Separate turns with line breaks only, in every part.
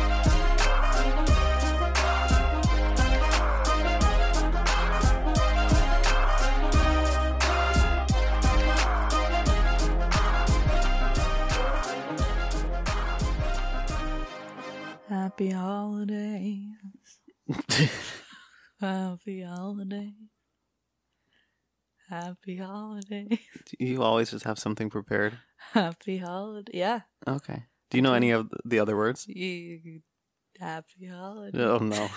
Happy holidays. Happy holidays. Happy holidays.
Do You always just have something prepared.
Happy holiday. Yeah.
Okay. Do you know any of the other words?
You- Happy holiday.
Oh no.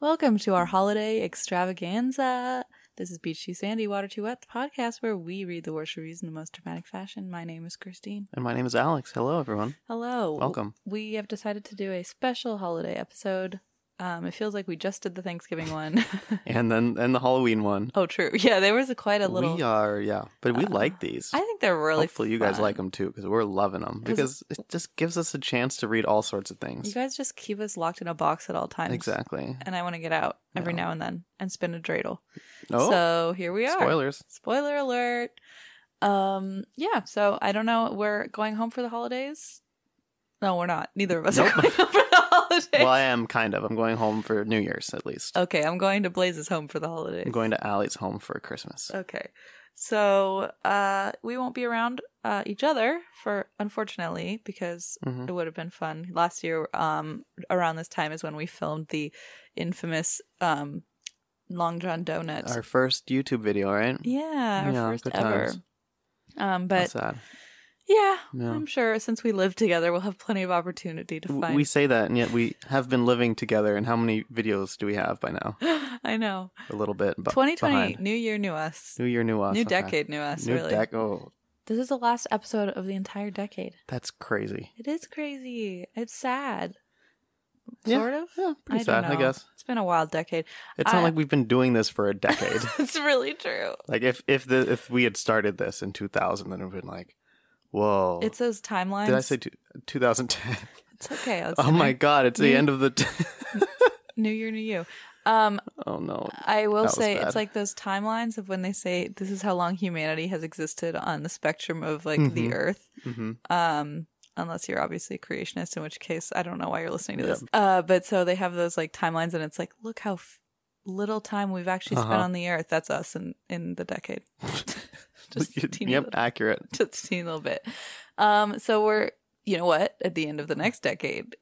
Welcome to our holiday extravaganza. This is Beach Too Sandy, Water Too Wet, the podcast where we read the worst reviews in the most dramatic fashion. My name is Christine.
And my name is Alex. Hello, everyone.
Hello.
Welcome.
We have decided to do a special holiday episode. Um, it feels like we just did the Thanksgiving one.
And then and the Halloween one.
oh, true. Yeah, there was a quite a little. Uh,
We are yeah, but we like these.
I think they're really.
Hopefully, you guys
fun.
like them too because we're loving them
'Cause-
because it just gives us a chance to read all sorts of
You
things.
guys just keep us locked in a box at all times.
Exactly.
And I want to get out every now and then and spin a dreidel.
Oh,
So here we are.
spoilers.
Spoiler alert. Um, yeah, so I don't know. We're going home for the holidays. No, we're not. Neither of us are going home for the holidays.
Well, I am kind of. I'm going home for New Year's at least.
okay, I'm going to Blaze's home for the holidays.
I'm going to Allie's home for Christmas.
Okay. So uh we won't be around uh each other for unfortunately because
Mhm.
it would have been fun. Last year um around this time is when we filmed the infamous um Long John Donuts.
Our first YouTube video, right?
yeah, our
Yeah,
first
good
ever.
times.
Um
How
but
sad.
yeah,
Yeah.
I'm sure since we live together we'll have plenty of opportunity to
W-
find
We say that, and yet we have been living together. And how many videos do we have by now?
I know.
A little bit. bu-
2020
behind.
new year new us.
New year, new us.
New
okay.
decade new us
New
really.
dec- Oh,
this is the last episode of the entire decade.
that's crazy.
It is crazy. It's sad.
Yeah,
Sort of.
yeah, pretty
I don't
sad, I
know.
guess.
It's been a wild decade.
It's
I-
not like we've been doing this for a decade.
It's really true.
like if if the if we had started this in 2000, then it would have been like, whoa.
It's those timelines.
Did I say two- 2010?
It's okay. It's
Oh my god, it's the
Me-
end of the. T-
New year, new you. Um,
oh no.
I will
That was
say it's
bad.
like those timelines of when they say this is how long humanity has existed on the spectrum of like the
Mhm.
Earth.
Mhm.
Um, unless you're obviously a creationist, in which case I don't know why you're listening to this. Uh, but so they have those like timelines, and it's like, look how f- little time we've actually spent
Uh-huh.
on the Earth. That's us in in the decade. Just a teeny
yep,
little-
accurate.
just a teeny little bit. Um, so we're, you know what? At the end of the next decade,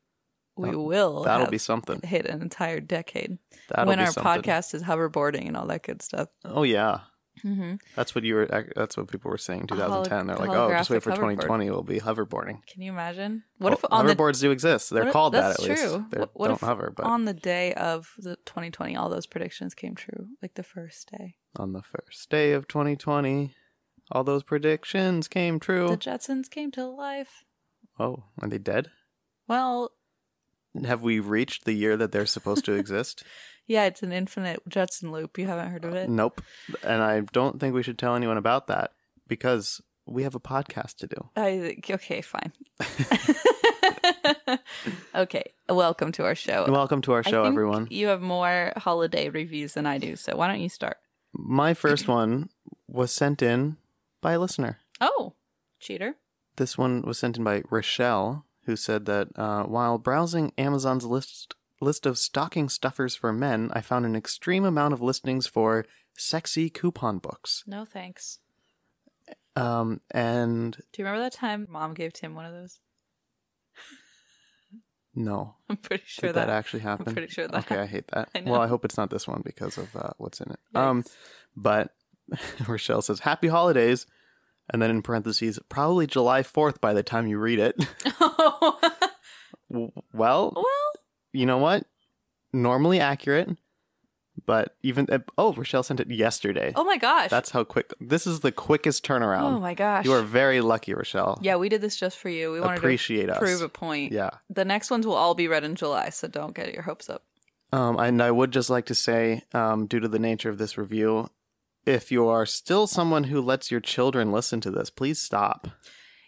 we
That'll-
will
That'll
have
be something.
hit an entire decade
That'll
when
be
our
something.
podcast is hoverboarding and all that good stuff.
Oh yeah.
Mm-hmm.
That's what you were. ac- That's what people were saying.
A holo-
2010. They're like, oh, just wait
holographic
for
hoverboard.
2020. We'll be hoverboarding.
Can you imagine? What if
Well,
on the
hoverboards do exist? They're
what if-
called
that's
that at least.
true.
They
What- what
don't
if
hover, but on,
on the day of the 2020, all those predictions came true, like the first day.
the first day of 2020, all those predictions came true.
The Jetsons came to life.
oh, are they dead?
Well,
Have we reached the year that they're supposed to exist?
yeah, it's an infinite Jetson loop. You haven't heard of it?
nope. And I don't think we should tell anyone about that because we have a podcast to do.
I okay, fine. okay, welcome to our show.
Welcome to our
Uh, I
show,
think
everyone.
You have more holiday reviews than I do, so why don't you start?
My first one was sent in by a listener.
Oh, cheater!
This one was sent in by Rochelle, who said that uh, while browsing Amazon's list list of stocking stuffers for men, I found an extreme amount of listings for sexy coupon books.
No thanks.
Um, and
Do you remember that time Mom gave Tim one of those?
no,
I'm pretty sure
did that,
that.
actually happen?
pretty sure that-
Okay, I hate that.
I know.
well, I hope it's not this one because of uh, what's in it. Um,
Yikes.
but Rochelle says, "Happy holidays." And then in parentheses, probably July 4th by the time you read it.
well,
W-
Oh,
well, you know what? Normally accurate, but even. uh, Oh, Rochelle sent it yesterday.
oh my gosh.
That's how quick. This is the quickest turnaround.
oh my gosh.
You are very lucky, Rochelle.
yeah, we did this just for you. We wanted
Appreciate
to
us.
prove a point.
Yeah.
The next ones will all be read in July, so don't get your hopes up.
Um, and I would just like to say, um, due to the nature of this review, if you are still someone who lets your children listen to this, please stop.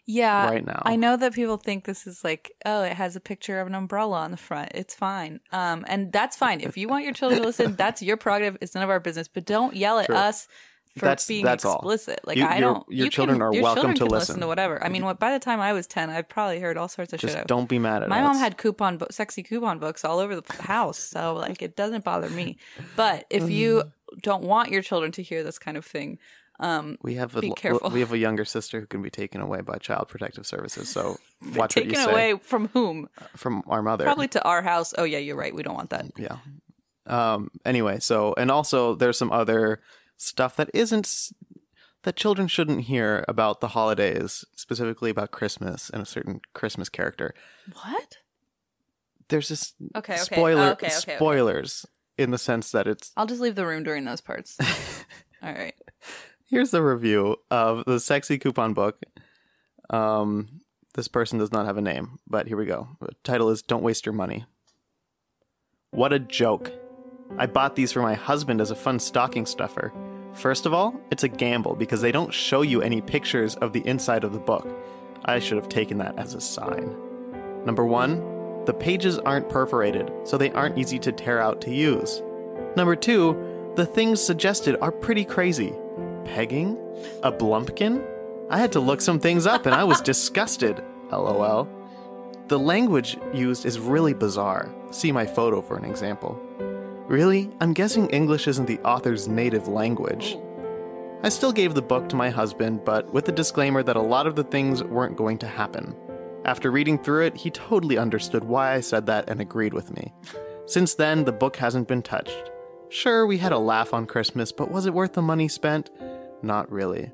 Yeah.
Right now.
I know that people think this is like, oh, it has a picture of an umbrella on the front. It's fine. Um, and that's fine. If you want your children to listen, that's your prerogative. It's none of our business. But don't yell at
True.
us for
That's-
being
that's all.
explicit. Like
You-
I
your-
don't
your
you
children
can,
are
your
welcome
children
to
can
listen.
to whatever. I mean, what by the time I was ten, I probably heard all sorts of
Just
shit.
don't be mad at
My
us.
mom had coupon, bo- sexy coupon books all over the p- house, so like it doesn't bother me. But if you
Mm.
don't want your children to hear this kind of thing, um,
We have a
Be
l-
careful.
we have a younger sister who can be taken away by Child Protective Services. So watch what you
taken
say
away from whom?
from our mother.
Probably to our house. Oh yeah, you're right. We don't want that.
Yeah. Um. Anyway, so and also there's some other stuff that isn't s- that children shouldn't hear about the holidays, specifically about Christmas and a certain Christmas character.
What?
There's this
Okay, okay.
spoiler
Okay, okay, okay.
spoilers in the sense that it's
I'll just leave the room during those parts. all right.
Here's the review of the sexy coupon book. Um, this person does not have a name, but here we go. The title is Don't Waste Your Money. What a joke. I bought these for my husband as a fun stocking stuffer. First of all, it's a gamble because they don't show you any pictures of the inside of the book. I should have taken that as a sign. Number one, the pages aren't perforated, so they aren't easy to tear out to use. Number two, the things suggested are pretty crazy. Pegging? A blumpkin? I had to look some things up and I was disgusted. LOL. The language used is really bizarre. See my photo for an example. Really? I'm guessing English isn't the author's native language. I still gave the book to my husband, but with the disclaimer that a lot of the things weren't going to happen. After reading through it, he totally understood why I said that and agreed with me. Since then, the book hasn't been touched. Sure, we had a laugh on Christmas, but was it worth the money spent? Not really.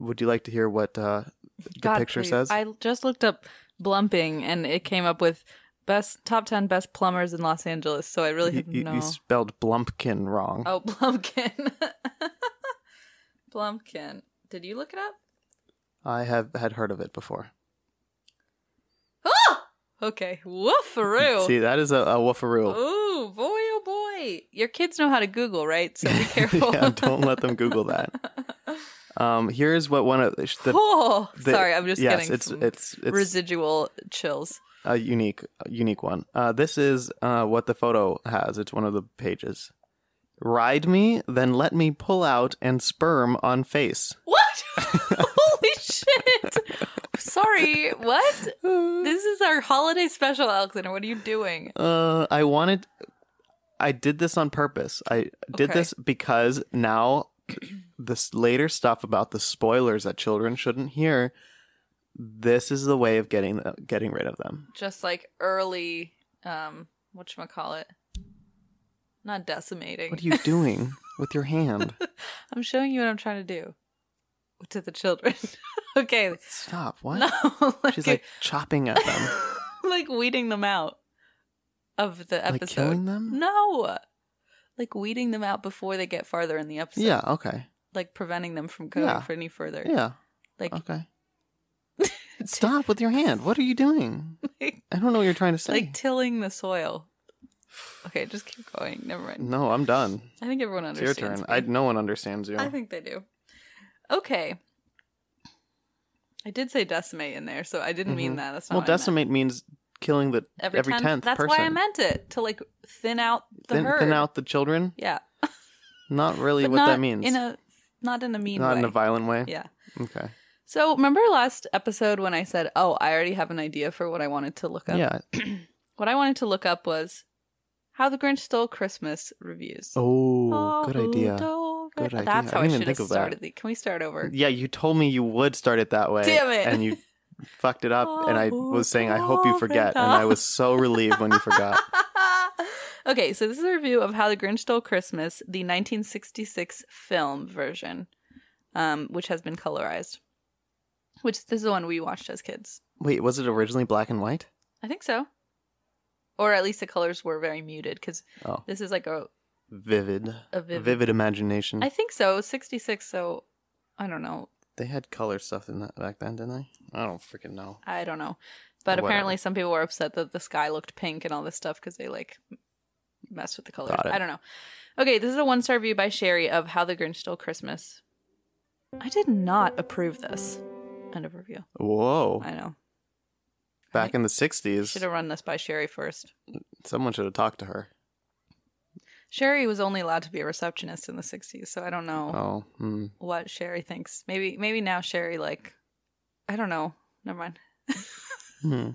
Would you like to hear what uh, the
God,
picture
please.
says?
I just looked up blumping and it came up with best top 10 best plumbers in Los Angeles. So I really
you,
have
you-
no.
you spelled Blumpkin wrong.
oh, Blumpkin. Blumpkin. Did you look it up?
I have had heard of it before.
Okay. Woofaroo.
See, that is a, a woofaroo.
Ooh, boy, oh boy. Your kids know how to Google, right? So be careful.
yeah, don't let them Google that. Um, here's what one of the,
oh,
the-
sorry, I'm just
yes,
getting
it's-
some
it's- it's-
residual chills.
a unique unique one. Uh, this is uh, what the photo has. It's one of the pages. Ride me, then let me pull out and sperm on face.
What? Holy shit! Sorry, what? This is our holiday special, Alexander. What are you doing?
Uh, I wanted. I did this on purpose. I did
Okay.
this because now this later stuff about the spoilers that children shouldn't hear. This is the way of getting getting rid of them.
Just like early, um, whatchamacallit? Not decimating.
What are you doing with your hand?
I'm showing you what I'm trying to do to the children. okay.
Stop. What?
No, like,
She's like chopping at them.
like weeding them out of the episode.
Like killing them?
No. Like weeding them out before they get farther in the episode.
Yeah, okay.
Like preventing them from going
Yeah.
for any further.
Yeah,
Like
okay. Stop with your hand. What are you doing? I don't know what you're trying to say.
like tilling the soil. Okay, just keep going. Never mind.
no, I'm done.
I think everyone
Mm. It's your
understands.
turn.
me.
I, no one understands you.
I think they do. Okay. I did say decimate in there, so I didn't mean that. That's not
Mm-hmm. well,
what I meant.
decimate means killing the every,
ten-
tenth
That's
person.
why I meant it to like thin out the
thin,
herd.
thin out the children.
Yeah.
Not really
But
what
not
that means.
In a not in a mean
Not
way.
in a violent way.
yeah.
Okay.
So remember last episode when I said, "Oh, I already have an idea for what I wanted to look up."
Yeah.
What I wanted to look up was how the Grinch stole Christmas reviews.
Oh, good
who
idea.
stole
Good
Christ-
idea.
That's how
I
I,
didn't even
should have
think of that.
started. The, can we start over?
Yeah, you told me you would start it that way.
Damn it.
And you fucked it up. and I
Oh,
was saying, I hope you
oh,
forget. And
Rita.
I was so relieved when you forgot.
okay, so this is a review of How the Grinch Stole Christmas, the 1966 film version, um, which has been colorized. which this is the one we watched as kids.
Wait, was it originally black and white?
I think so. Or at least the colors were very muted because
Oh.
this is like a.
Vivid.
A vivid-
imagination.
I think so. 66, so I don't know.
they had color stuff in that back then, didn't they? I don't freaking know.
I don't know. But
Whatever.
apparently some people were upset that the sky looked pink and all this stuff because they like messed with the colors.
Got it.
I don't know. Okay, this is a one star review by Sherry of How the Grinch Stole Christmas. I did not approve this. End of review.
Whoa.
I know.
back in the
Should
60s,
have run this by Sherry first.
someone should have talked to her.
Sherry was only allowed to be a receptionist in the 60s, so I don't know.
Oh, hmm.
what Sherry thinks. Maybe maybe now Sherry like I don't know. Never mind.
hmm.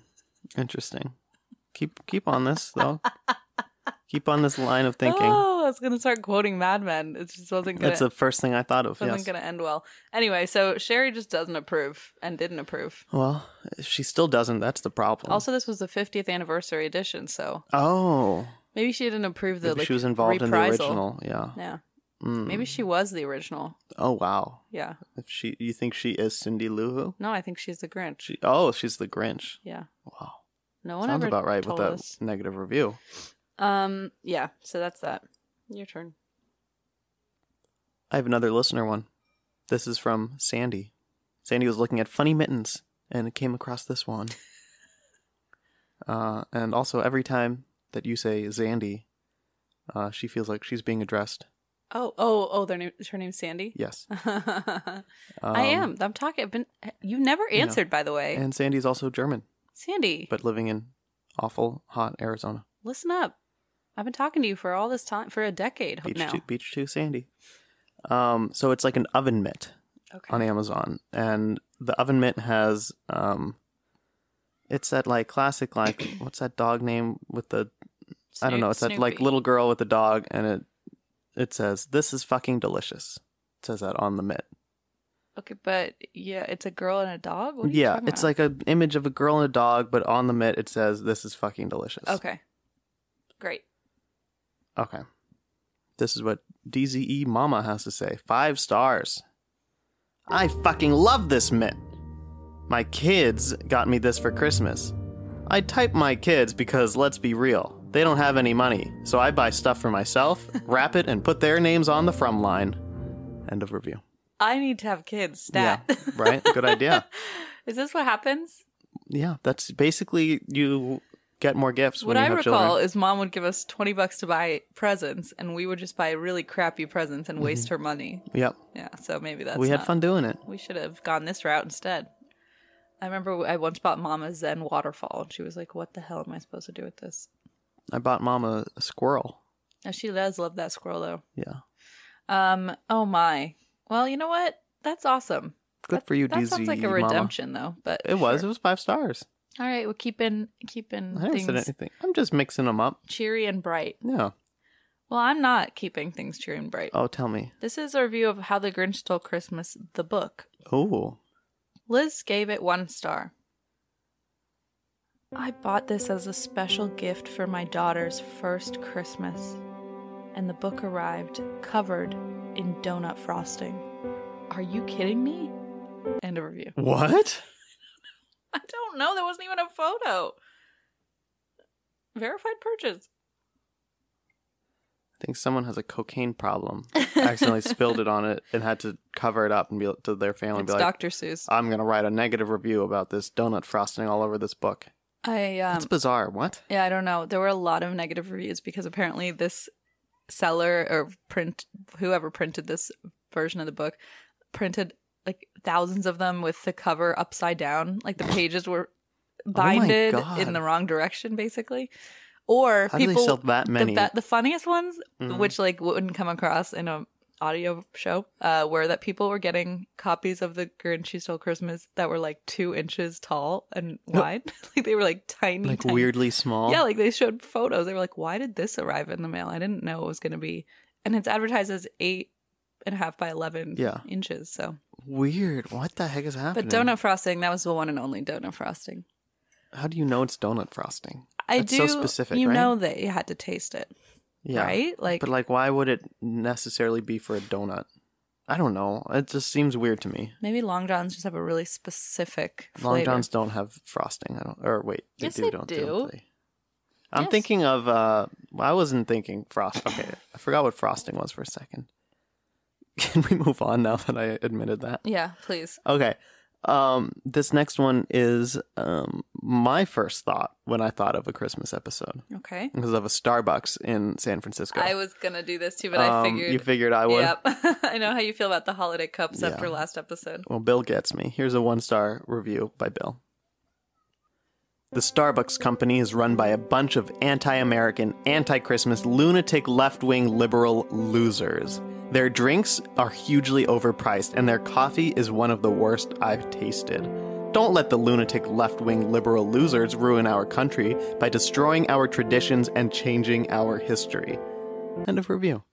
Interesting. Keep keep on this though. keep on this line of thinking.
Oh, I was gonna start quoting Mad Men. It just wasn't gonna
That's the first thing I thought of.
wasn't
Yes.
gonna end well. Anyway, so Sherry just doesn't approve and didn't approve.
Well, she still doesn't. That's the problem.
Also, this was the 50th anniversary edition, so
oh,
maybe she didn't approve the
maybe
like
she was involved in the
reprisal.
original. Yeah.
Yeah,
Mm.
maybe she was the original.
Oh wow.
Yeah,
If she, you think she is Cindy Lou Who?
no, I think she's the Grinch.
She. Oh, she's the Grinch.
yeah,
Wow.
no one
Sounds
ever
about right with
told
that
us.
negative review.
Um, yeah. So that's that. Your turn.
I have another listener one. This is from Sandy. Sandy was looking at funny mittens and came across this one. uh, and also, every time that you say Zandy, uh, she feels like she's being addressed.
Oh, oh, oh! Their name. Her name's Sandy.
Yes.
I
Um,
am. I'm talking. I've been. You never
know,
answered, by the way,
And Sandy's also German,
Sandy.
but living in awful hot Arizona.
listen up. I've been talking to you for all this time, for a decade
Beach
now.
to Beach to Sandy. Um, so it's like an oven mitt.
okay.
on Amazon, and the oven mitt has um, it's that like classic like what's that dog name with the I don't know it's
Snoop-
that like
Snoopy.
little girl with the dog, and it it says this is fucking delicious. It says that on the mitt.
Okay, but yeah, it's a girl and a dog. What are you
Yeah,
talking
it's
about?
like an image of a girl and a dog, but on the mitt it says this is fucking delicious.
okay, great.
Okay. This is what DZE Mama has to say. Five stars. I fucking love this mitt. My kids got me this for Christmas. I type my kids because let's be real, they don't have any money, so I buy stuff for myself, wrap it, and put their names on the from line. End of review.
I need to have kids. Stat.
Yeah, right? Good idea.
Is this what happens?
Yeah, that's basically you get more gifts
What
when
I
you have
recall
children.
is mom would give us twenty bucks to buy presents, and we would just buy really crappy presents and waste her money.
Yep,
Yeah, so maybe that's
Mm-hmm. we had
not-
fun doing it.
We should have gone this route instead. I remember I once bought Mama a Zen waterfall, and she was like, "What the hell am I supposed to do with this?"
I bought Mama a squirrel.
And she does love that squirrel, though.
Yeah,
Um. Oh my. Well, you know what? That's awesome.
good
That-
for you,
That
DZE
sounds like a
Mama.
redemption, though. But
It was. It
sure.
was five stars.
All right. We're keeping keeping
I haven't
things
said anything. I'm just mixing them up.
cheery and bright.
Yeah.
Well, I'm not keeping things cheery and bright.
Oh, tell me.
This is a review of How the Grinch Stole Christmas, the book.
Oh,
Liz gave it one star. I bought this as a special gift for my daughter's first Christmas, and the book arrived covered in donut frosting. Are you kidding me? End of review.
what?
I don't know. There wasn't even a photo. Verified purchase.
I think someone has a cocaine problem. Accidentally spilled it on it and had to cover it up and be to their family. and
It's
be like,
Dr. Seuss.
I'm gonna write a negative review about this donut frosting all over this book.
I um,
That's bizarre. What?
Yeah, I don't know. There were a lot of negative reviews because apparently this seller or print whoever printed this version of the book printed like thousands of them with the cover upside down. Like the pages were binded
Oh God.
in the wrong direction basically. Or
How do they
people
sell that many? Mm-hmm.
The, the funniest ones which like wouldn't come across in a audio show uh were that people were getting copies of the Grinch Who Stole Christmas that were like 2 inches tall and wide. like they were like tiny
Like
tiny.
weirdly small.
Yeah, like they showed photos. They were like, why did this arrive in the mail? I didn't know it was going to be. And it's advertised as eight and a half by 11
Yeah.
inches. So,
Weird. What the heck is
but
happening?
donut frosting, that was the one and only donut frosting.
How do you know it's donut frosting?
I
That's
do.
so specific,
You
right?
know that you had to taste it,
Yeah.
right? Like,
but like, why would it necessarily be for a donut? I don't know. It just seems weird to me.
Maybe long johns just have a really specific flavor.
Long johns don't have frosting. I don't. Or wait, they
Yes,
do.
they
don't
do.
they? I'm
Yes.
thinking of. uh well, I wasn't thinking frost. Okay, I forgot what frosting was for a second. Can we move on now that I admitted that?
Yeah, please.
Okay. Um, this next one is um my first thought when I thought of a Christmas episode.
Okay.
It was of a Starbucks in San Francisco.
I was gonna do this too, but I
Um,
figured.
you figured I would.
Yep. I know how you feel about the holiday cups after
Yeah.
last episode.
Well, Bill gets me. Here's a one star review by Bill. The Starbucks company is run by a bunch of anti American, anti Christmas, lunatic left wing liberal losers. Their drinks are hugely overpriced, and their coffee is one of the worst I've tasted. Don't let the lunatic left wing liberal losers ruin our country by destroying our traditions and changing our history. End of review.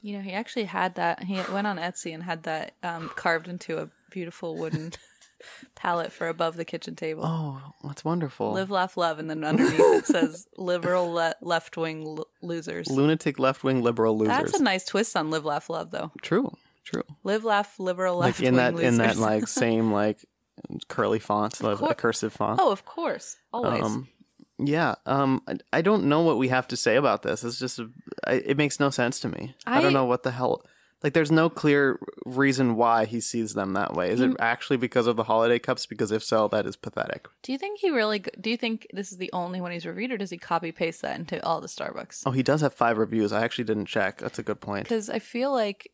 You know, he actually had that. He went on Etsy and had that um, carved into a beautiful wooden palette for above the kitchen table.
Oh, that's wonderful.
Live, laugh, love, and then underneath it says liberal le- left wing l- losers.
lunatic left wing liberal losers.
That's a nice twist on live, laugh, love, though.
True, true.
Live, laugh, liberal left
Like
wing
in that in that
losers.
like same like curly font, like a cursive font.
oh, of course, always.
Um, yeah. Um, I, I don't know what we have to say about this. It's just a, I, it makes no sense to me. I,
I-
don't know what the hell. Like, there's no clear reason why he sees them that way. Is it actually because of the holiday cups? Because if so, that is pathetic.
do you think he really? g- Do you think this is the only one he's reviewed, or does he copy paste that into all the Starbucks?
Oh, he does have five reviews. I actually didn't check. That's a good point.
Because I feel like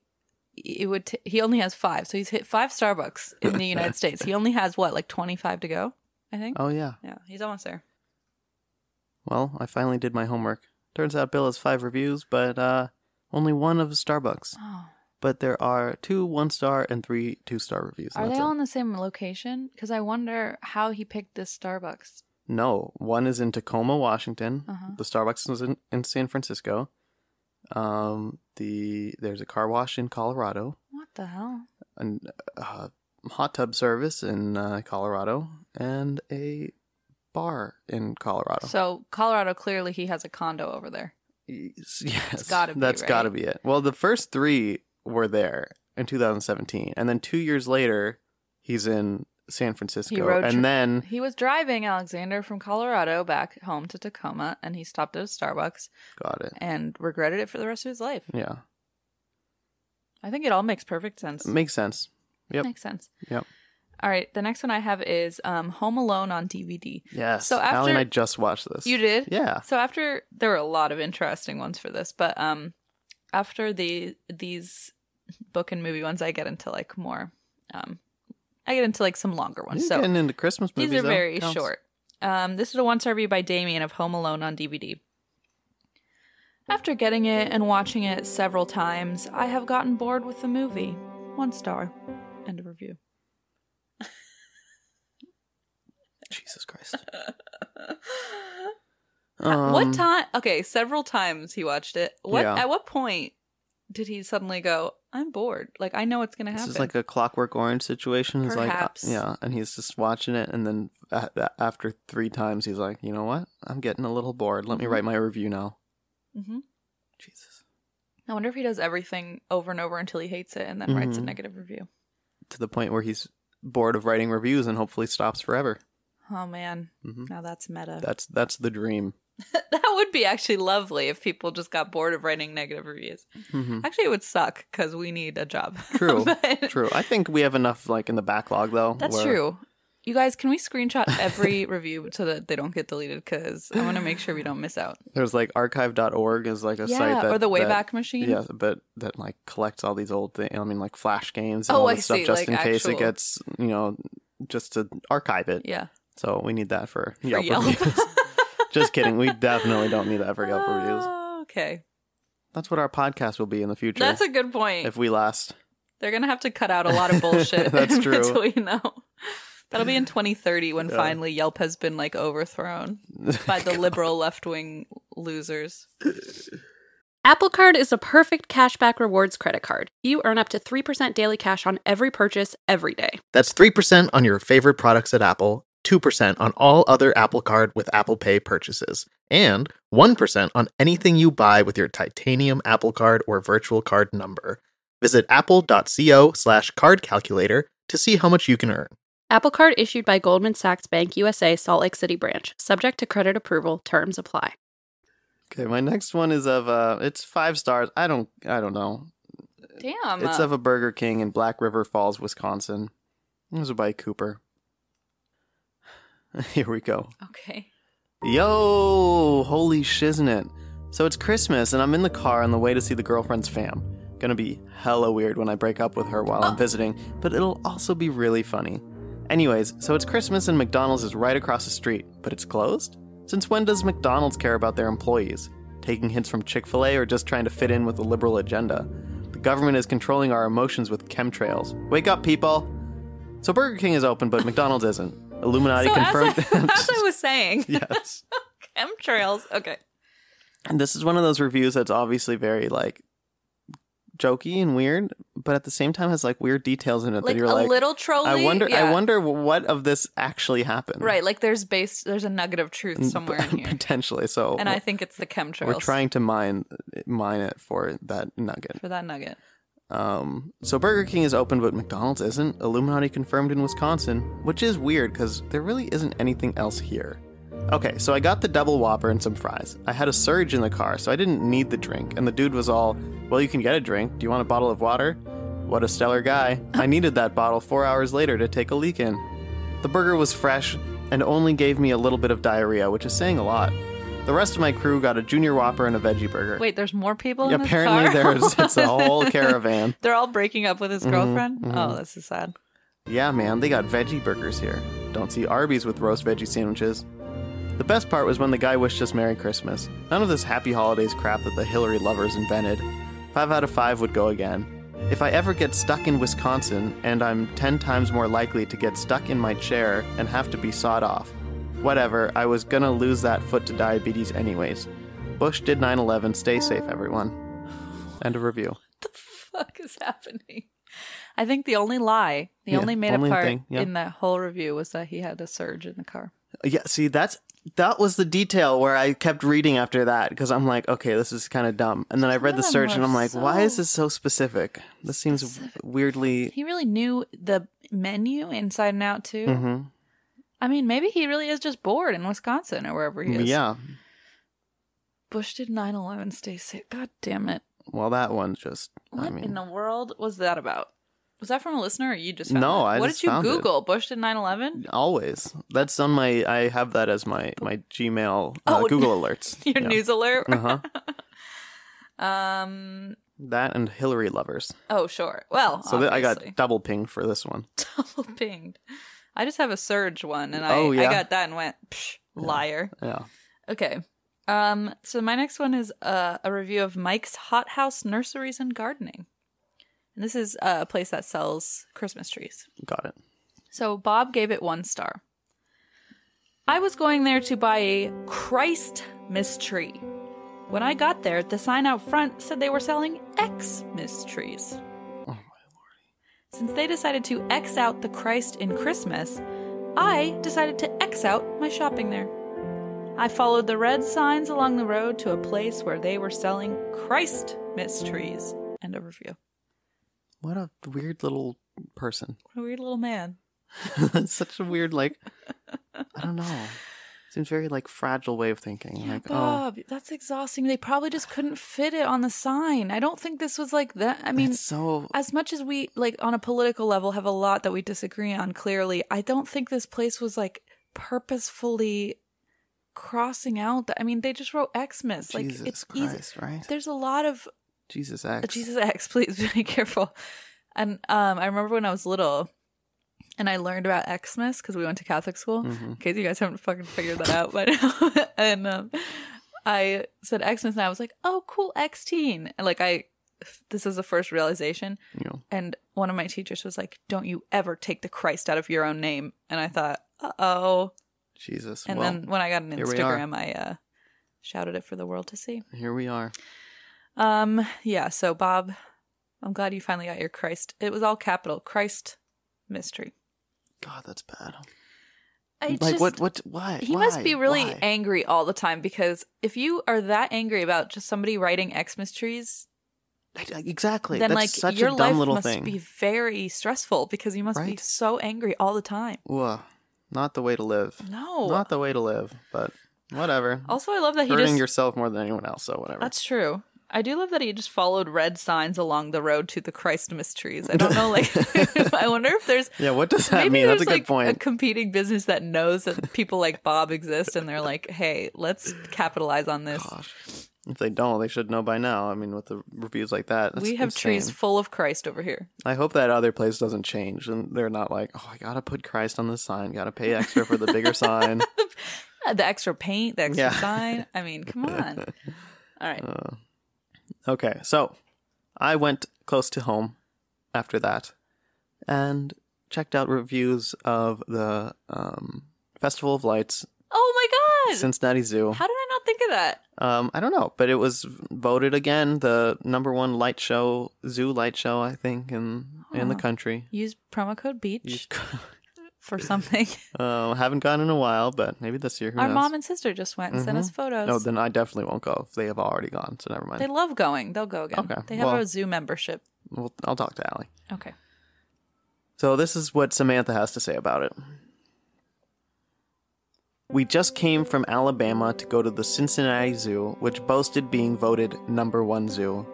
it would. T- he only has five, so he's hit five Starbucks in the United States. He only has what, like twenty five to go, I think.
Oh yeah.
Yeah, he's almost there.
Well, I finally did my homework. Turns out Bill has five reviews, but uh, only one of Starbucks.
Oh.
But there are two one star and three two star reviews. and
Are
that's
they all
it.
in the same location? Because I wonder how he picked this Starbucks.
No, one is in Tacoma, Washington.
Uh-huh.
The Starbucks is in, in San Francisco. Um, the there's a car wash in Colorado,
What the hell?
and uh, hot tub service in uh, Colorado, and a bar in Colorado.
So Colorado clearly he has a condo over there.
Yes, yes,
gotta be,
that's gotta
right?
be it. Well, the first three were there in 2017, and then two years later, he's in San Francisco,
road tri-
and then
He was driving Alexander from Colorado back home to Tacoma and he stopped at a Starbucks
got it.
and regretted it for the rest of his life.
Yeah,
I think it all makes perfect sense.
makes sense. Yep.
Makes sense.
Yep.
All right, the next one I have is um, Home Alone on DVD.
Yes.
So after
Allie and I just watched this.
You did?
Yeah.
So after there were a lot of interesting ones for this, but um after the these book and movie ones I get into like more um I get into like some longer ones.
You're
so
getting into Christmas movies.
these are
though.
very
Counts.
short. Um, this is a one star review by Damien of Home Alone on DVD. After getting it and watching it several times, I have gotten bored with the movie. One star. End of review.
Jesus Christ.
what
Um,
time? Okay, several times he watched it. What
Yeah.
at what point did he suddenly go? I'm bored. Like I know what's gonna
This
happen.
is like a Clockwork Orange situation. It's like, uh,
Perhaps.
yeah, and he's just watching it, and then a- a- after three times, he's like, you know what? I'm getting a little bored. Let me
Mm-hmm.
write my review now.
Mhm.
Jesus.
I wonder if he does everything over and over until he hates it and then writes a
Mm-hmm.
negative review.
To the point where he's bored of writing reviews and hopefully stops forever.
Oh man,
Mm-hmm.
now that's meta.
That's that's the dream.
that would be actually lovely if people just got bored of writing negative reviews. Actually, it would suck because we need a job.
Mm-hmm. True.
But-
true. I think we have enough like in the backlog though.
That's
where-
true. You guys, can we screenshot every review so that they don't get deleted? Because I want to make sure we don't miss out.
There's like archive.org is like a
Yeah,
site that
or the
that-
Wayback Machine.
Yeah, but that like collects all these old things. I mean, like flash games and
Oh,
all
I
this stuff
see,
just
like
in case it
actual-
gets you know just to archive it.
Yeah.
So we need that for,
For
Yelp,
Yelp.
reviews. just kidding. We definitely don't need that for Yelp reviews.
Oh, Okay.
That's what our podcast will be in the future.
That's a good point.
if we last.
They're going to have to cut out a lot of bullshit.
That's
in
true.
Between now. That'll be in 2030 when finally Yelp has been like overthrown by the liberal left wing losers.
Apple Card is a perfect cashback rewards credit card. You earn up to 3% daily cash on every purchase every day.
That's three percent on your favorite products at Apple, two percent on all other Apple Card with Apple Pay purchases, and one percent on anything you buy with your titanium Apple Card or virtual card number.
Visit apple.co slash card calculator to see how much you can earn.
Apple Card issued by Goldman Sachs Bank USA Salt Lake City branch. Subject to credit approval. Terms apply.
Okay, my next one is of uh it's five stars. I don't I don't know.
Damn. uh,
it's of a Burger King in Black River Falls, Wisconsin. It was by Cooper. Here we go.
okay.
Yo, holy shiznit. So it's Christmas and I'm in the car on the way to see the girlfriend's fam. Gonna be hella weird when I break up with her while I'm visiting, but it'll also be really funny. Anyways, so it's Christmas and McDonald's is right across the street, but it's closed? Since when does McDonald's care about their employees? Taking hints from Chick fil A or just trying to fit in with a liberal agenda? The government is controlling our emotions with chemtrails. Wake up, people! So Burger King is open, but McDonald's isn't. Illuminati
So as I,
confirmed.
as I was saying,
yes.
chemtrails. Okay.
And this is one of those reviews that's obviously very like jokey and weird, but at the same time has like weird details in it
Like
that
a
you're like,
little trolly.
I wonder,
yeah.
I wonder what of this actually happened,
Right. Like there's based. There's a nugget of truth somewhere in here,
Potentially, so
and I think it's the chemtrails.
Mm, we're trying to mine mine it for that nugget.
for that nugget.
Um, so Burger King is open, but McDonald's isn't. Illuminati confirmed in Wisconsin, which is weird because there really isn't anything else here. Okay, so I got the double whopper and some fries. I had a surge in the car, so I didn't need the drink. And the dude was all, "Well, you can get a drink. Do you want a bottle of water?" What a stellar guy! I needed that bottle four hours later to take a leak in. The burger was fresh and only gave me a little bit of diarrhea, which is saying a lot. The rest of my crew got a junior whopper and a veggie burger.
Wait, there's more people. in this
Apparently,
car?
there's Mm-hmm, it's a whole caravan.
They're all breaking up with his girlfriend. Oh, this is sad.
Yeah, man, they got veggie burgers here. Don't see Arby's with roast veggie sandwiches. The best part was when the guy wished us Merry Christmas. None of this happy holidays crap that the Hillary lovers invented. 5 out of 5 would go again. If I ever get stuck in Wisconsin, and I'm 10 times more likely to get stuck in my chair and have to be sawed off. Whatever, I was gonna lose that foot to diabetes anyways. Bush did 9 11. Stay safe, everyone. End of review.
fuck is happening? I think the only lie, the
Yeah,
only made
only
up part
thing, yeah.
in that whole review was that he had a surge in the car.
Yeah, see, that's that was the detail where I kept reading after that because I'm like, okay, this is kind of dumb. And then I read the
of them
search
were
and I'm like, why is
so
this so specific? This seems weirdly.
He really knew the menu inside and out too.
Mhm.
I mean, maybe he really is just bored in Wisconsin or wherever he is.
Yeah.
Bush did 9/11 stay sick. God damn it.
Well, that one's just.
What
I mean,
in the world was that about? Was that from a listener or you just found
No,
that?
I
What
just
did you
found it.
Google? Bush did 9/11?
always. That's on my. I have that as my my Gmail uh,
Oh,
Google alerts.
Your news alert.
Uh
Um
That and Hillary lovers.
oh sure. Well,
So that I
obviously.
got double pinged for this one.
double pinged. I just have a surge one, and I,
Oh, yeah?
I got that and went Psh, liar.
Yeah.
Okay. Um. So my next one is uh, a review of Mike's Hothouse Nurseries and Gardening, and this is uh, a place that sells Christmas trees.
Got it.
So Bob gave it one star. I was going there to buy a Christmas tree. When I got there, the sign out front said they were selling Xmas trees.
Oh, my
Since they decided to X out the Christ in Christmas, I decided to X out my shopping there. I followed the red signs along the road to a place where they were selling Christmas trees. End of review.
What a weird little person.
What a weird little man.
That's such a weird, like, I don't know. Seems very like fragile way of thinking.
Yeah,
like, oh,
Bob, that's exhausting. They probably just couldn't fit it on the sign. I don't think this was like that. I mean,
that's so
as much as we like on a political level have a lot that we disagree on clearly, I don't think this place was like purposefully crossing out. The, I mean, they just wrote Xmas. Like
Jesus
it's easy.
Christ, right?
There's a lot of
Jesus
uh,
X.
Oh, Jesus X, please be careful. And um, I remember when I was little and I learned about Xmas because we went to Catholic school.
Mm-hmm.
In case you guys haven't fucking figured that out by now. and um, I said Xmas and I was like, oh, cool, X-teen. And like, I, this is the first realization.
You know,
And one of my teachers was like, don't you ever take the Christ out of your own name. And I thought, uh oh.
Jesus.
And
well,
then when I got an
here we are.
Instagram, I uh, shouted it for the world to see.
here we are.
Um, yeah, so Bob, I'm glad you finally got your Christ. It was all capital Christ mystery.
God, that's bad.
I
like, what? What? Why?
He must
Why?
be really
Why?
angry all the time because if you are that angry about just somebody writing Xmas trees,
I- exactly.
then
That's
like
such
your
a dumb
life
little
must
thing.
be very stressful because you must be
Right?
so angry all the time.
Whoa, not the way to live.
No.
Not the way to live, but whatever.
Also, I love that he
Hurting
just
yourself more than anyone else, so whatever.
That's true. I do love that he just followed red signs along the road to the Christmas trees. I don't know, like, I wonder if there's.
Yeah, what does that
maybe
mean? That's a
there's, like,
good
A
point.
competing business that knows that people like Bob exist, and they're like, "Hey, let's capitalize on this.
if they don't, they should know by now. I mean, with the reviews like that, that's
we have trees
insane.
full of Christ over here."
I hope that other place doesn't change, and they're not like, oh, I gotta put Christ on this sign, gotta pay extra for the bigger sign.
Uh, The extra paint, the extra
Yeah. Uh,
sign. I mean, come on. All right.
Okay, so I went close to home after that and checked out reviews of the um, Festival of Lights,
oh my God!
Cincinnati Zoo.
How did I not think of that?
Um, I don't know, but it was voted again the number one light show, zoo light show, I think, in in the country.
Use promo code Beach for something.
Um, haven't gone in a while, but maybe this year. Who
Our
knows?
mom and sister just went and sent us photos.
Mm-hmm. no, then I definitely won't go if they have already gone. So never mind.
They love going. They'll go again.
Okay,
They have
well-
a zoo membership.
well, I'll talk to Allie.
Okay.
So, this is what Samantha has to say about it. We just came from Alabama to go to the Cincinnati Zoo, which boasted being voted number one zoo.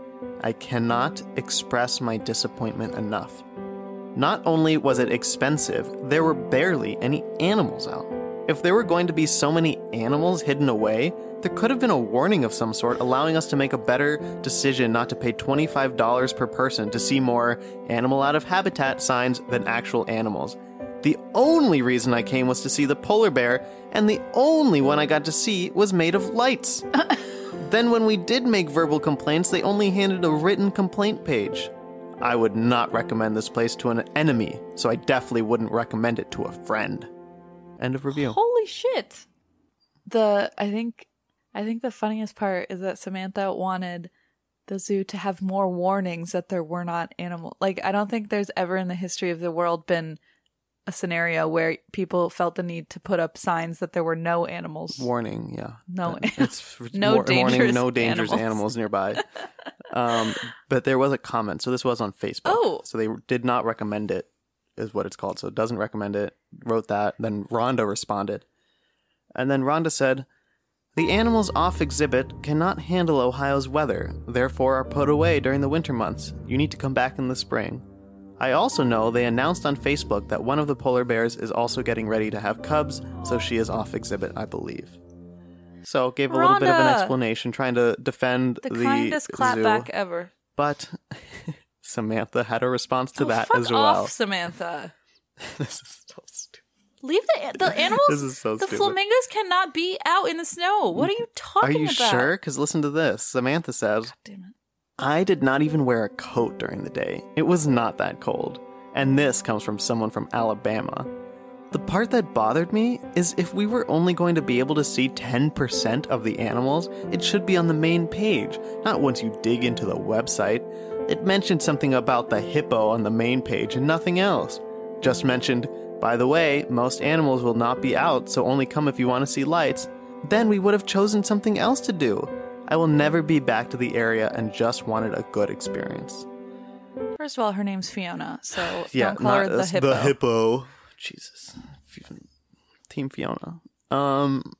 I cannot express my disappointment enough. Not only was it expensive, there were barely any animals out. If there were going to be so many animals hidden away, there could have been a warning of some sort allowing us to make a better decision not to pay $25 per person to see more animal out of habitat signs than actual animals. The only reason I came was to see the polar bear, and the only one I got to see was made of lights. Then, when we did make verbal complaints, they only handed a written complaint page. I would not recommend this place to an enemy, so I definitely wouldn't recommend it to a friend. End of review.
Holy shit. The I think I think the funniest part is that Samantha wanted the zoo to have more warnings that there were not animal like I don't think there's ever in the history of the world been a scenario where people felt the need to put up signs that there were no animals.
Warning, yeah.
No
That- it's f-
No
war- warning,
dangerous
no dangerous
animals.
animals, nearby. um, but there was a comment, so this was on Facebook.
Oh.
so they did not recommend it, is what it's called. So it doesn't recommend it. Wrote that, then Rhonda responded, and then Rhonda said. The animals off exhibit cannot handle Ohio's weather, therefore are put away during the winter months. You need to come back in the spring. I also know they announced on Facebook that one of the polar bears is also getting ready to have cubs, so she is off exhibit, I believe. So gave a little bit of an
Rhonda!
explanation trying to defend
The,
the,
kindest
zoo,
clapback ever.
but Samantha had a response to
Oh,
that
fuck
as
off,
well.
Samantha.
this is so stupid.
Leave the the animals.
This is so
the
stupid.
flamingos cannot be out in the snow. What are you
Are
talking
you
about?
sure? Because listen to this. Samantha says,
Damn it.
I did not even wear a coat during the day. It was not that cold. And this comes from someone from Alabama. The part that bothered me is if we were only going to be able to see 10% of the animals, it should be on the main page, not once you dig into the website. It mentioned something about the hippo on the main page and nothing else. Just mentioned, by the way, most animals will not be out, so only come if you want to see lights. Then we would have chosen something else to do. I will never be back to the area and just wanted a good experience.
First of all, her name's Fiona, so
Yeah,
don't call her
not
the
us-
hippo.
hippo. Jesus. F- Team Fiona. Um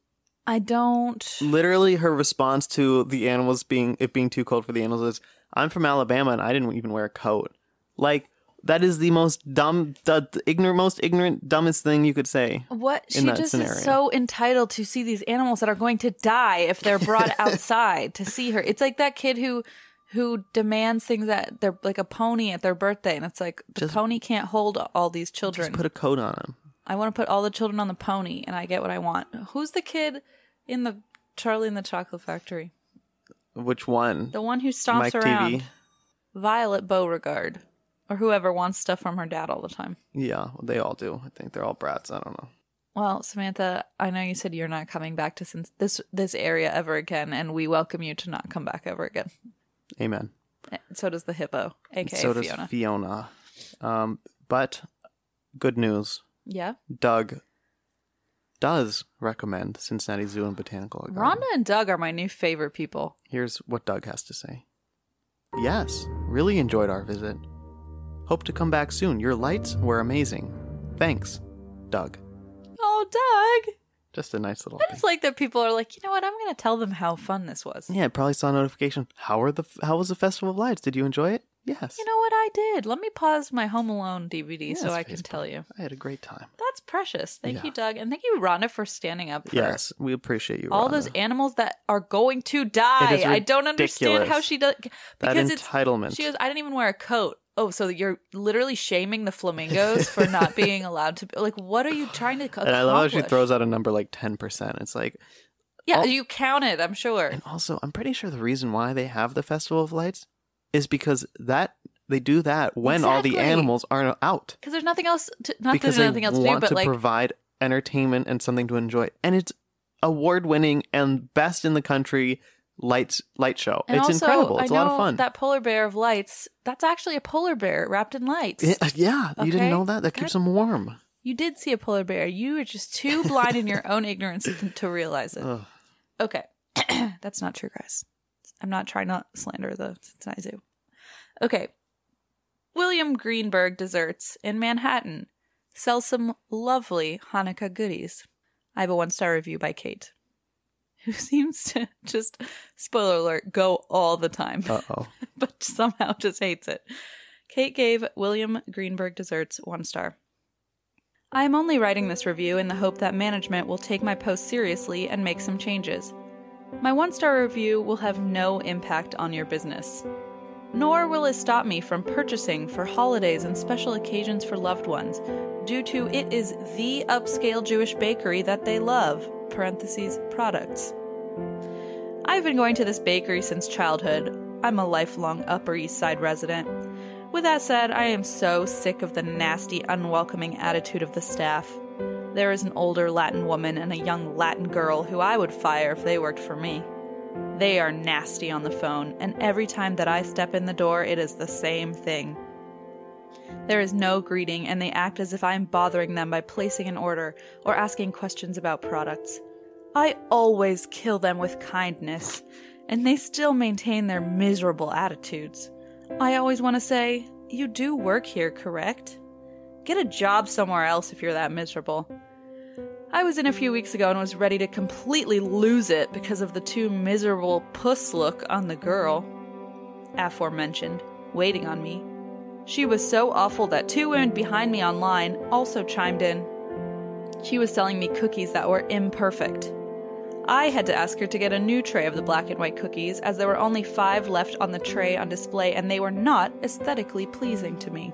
I don't.
literally her response to the animals being it being too cold for the animals is I'm from Alabama and I didn't even wear a coat. Like that is the most dumb the the ignorant most ignorant dumbest thing you could say.
What
in
she
that
just
scenario.
is so entitled to see these animals that are going to die if they're brought outside to see her. It's like that kid who who demands things that they're like a pony at their birthday, and it's like the pony can't hold all these children.
Just put a coat on him.
I want to put all the children on the pony, and I get what I want. Who's the kid in the Charlie and the Chocolate Factory?
Which one?
The one who stomps
Mike
around.
TV.
Violet Beauregard, or whoever wants stuff from her dad all the time.
Yeah, they all do. I think they're all brats. I don't know.
Well, Samantha, I know you said you're not coming back to since this this area ever again, and we welcome you to not come back ever again.
Amen.
Eh, So does the hippo, aka
so does
Fiona.
Fiona. Um, but good news,
yeah,
Doug does recommend Cincinnati Zoo and Botanical Garden.
Rhonda and Doug are my new favorite people.
Here's what Doug has to say. Yes, really enjoyed our visit. Hope to come back soon. Your lights were amazing. Thanks, Doug.
Oh, Doug.
Just a nice little.
I just like that people are like, you know what? I'm going to tell them how fun this was.
thing. Yeah, probably saw a notification. How are the How was the Festival of Lights? Did you enjoy it? Yes.
You know what I did? Let me pause my Home Alone DVD
Yes,
so I can
Facebook.
tell you.
I had a great time.
That's precious. Thank
Yeah.
you, Doug. And thank you, Rhonda, for standing up for
Yes, we appreciate you.
all
Rhonda.
those animals that are going to die.
It is
I don't understand
ridiculous.
how she does
that
because it's
entitlement.
she goes, I didn't even wear a coat. Oh, so you're literally shaming the flamingos for not being allowed to like what are you trying to accomplish?
and I love how she throws out a number like ten percent. It's like,
Yeah,
all-
you counted, I'm sure.
and also, I'm pretty sure the reason why they have the Festival of Lights is because that they do that when all the
Exactly.
animals aren't out.
Because there's nothing else to not that
because
there's
they
nothing else to
want
do, but
to
like
provide entertainment and something to enjoy. And it's award-winning and best in the country lights light show.
and
it's
also,
incredible.
I
It's a
know
lot of fun.
That polar bear of lights, that's actually a polar bear wrapped in lights.
Yeah, yeah, you didn't
Okay.
know that? That keeps them warm.
You did see a polar bear. You were just too blind in your own ignorance to, to realize it.
Ugh.
Okay. That's not true, guys. I'm not trying to slander the Cincinnati Zoo. Okay. William Greenberg Desserts in Manhattan sells some lovely Hanukkah goodies. I have a one star review by Kate, who seems to just, spoiler alert, go all the time
Uh oh.
but somehow just hates it. Kate gave William Greenberg Desserts one star. I am only writing this review in the hope that management will take my post seriously and make some changes. My one star review will have no impact on your business. Nor will it stop me from purchasing for holidays and special occasions for loved ones, due to it is the upscale Jewish bakery that they love. Parentheses, products. I've been going to this bakery since childhood. I'm a lifelong Upper East Side resident. With that said, I am so sick of the nasty, unwelcoming attitude of the staff. There is an older Latin woman and a young Latin girl who I would fire if they worked for me. They are nasty on the phone, and every time that I step in the door, it is the same thing. There is no greeting, and they act as if I am bothering them by placing an order or asking questions about products. I always kill them with kindness, and they still maintain their miserable attitudes. I always want to say, You do work here, correct? Get a job somewhere else if you're that miserable. I was in a few weeks ago and was ready to completely lose it because of the too miserable puss look on the girl, aforementioned, waiting on me. She was so awful that two women behind me online also chimed in. She was selling me cookies that were imperfect. I had to ask her to get a new tray of the black and white cookies, as there were only five left on the tray on display and they were not aesthetically pleasing to me.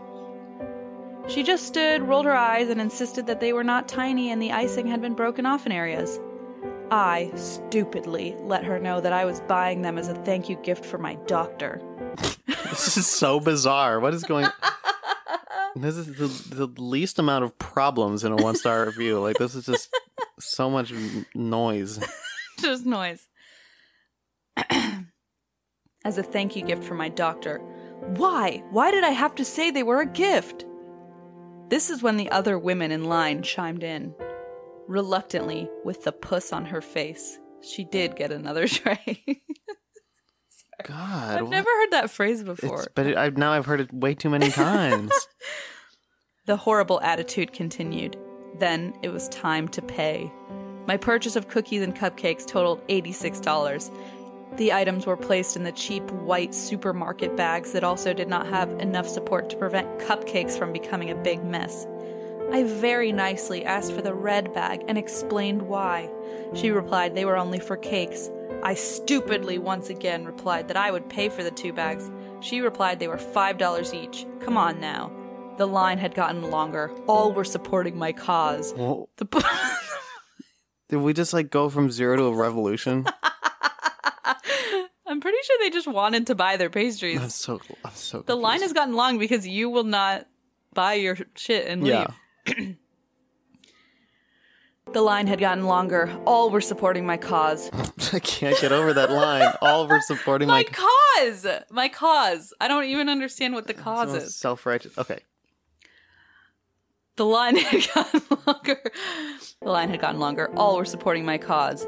She just stood, rolled her eyes, and insisted that they were not tiny and the icing had been broken off in areas. I stupidly let her know that I was buying them as a thank you gift for my doctor.
This is so bizarre. What is going This is the, the least amount of problems in a one star review. Like, this is just so much n- noise.
just noise. As a thank you gift for my doctor. Why? Why did I have to say they were a gift? This is when the other women in line chimed in. Reluctantly, with the puss on her face, she did get another tray.
God.
I've
what-
never heard that phrase
It's,
before.
but it, I've, now I've heard it way too many times.
The horrible attitude continued. Then it was time to pay. My purchase of cookies and cupcakes totaled $86. The items were placed in the cheap white supermarket bags that also did not have enough support to prevent cupcakes from becoming a big mess. I very nicely asked for the red bag and explained why. She replied they were only for cakes. I stupidly once again replied that I would pay for the two bags. She replied they were $5 each. Come on now. The line had gotten longer. All were supporting my cause.
Well,
The bu-
Did we just like go from zero to a revolution?
I'm pretty sure they just wanted to buy their pastries.
I'm so I'm so
The line has
confused.
gotten long because you will not buy your shit and leave.
Yeah.
The line had gotten longer. All were supporting my cause.
I can't get over that line. All we're supporting
My
like
cause! My cause! I don't even understand what the cause is.
self righteous. Okay.
The line had gotten longer. The line had gotten longer. All were supporting my cause.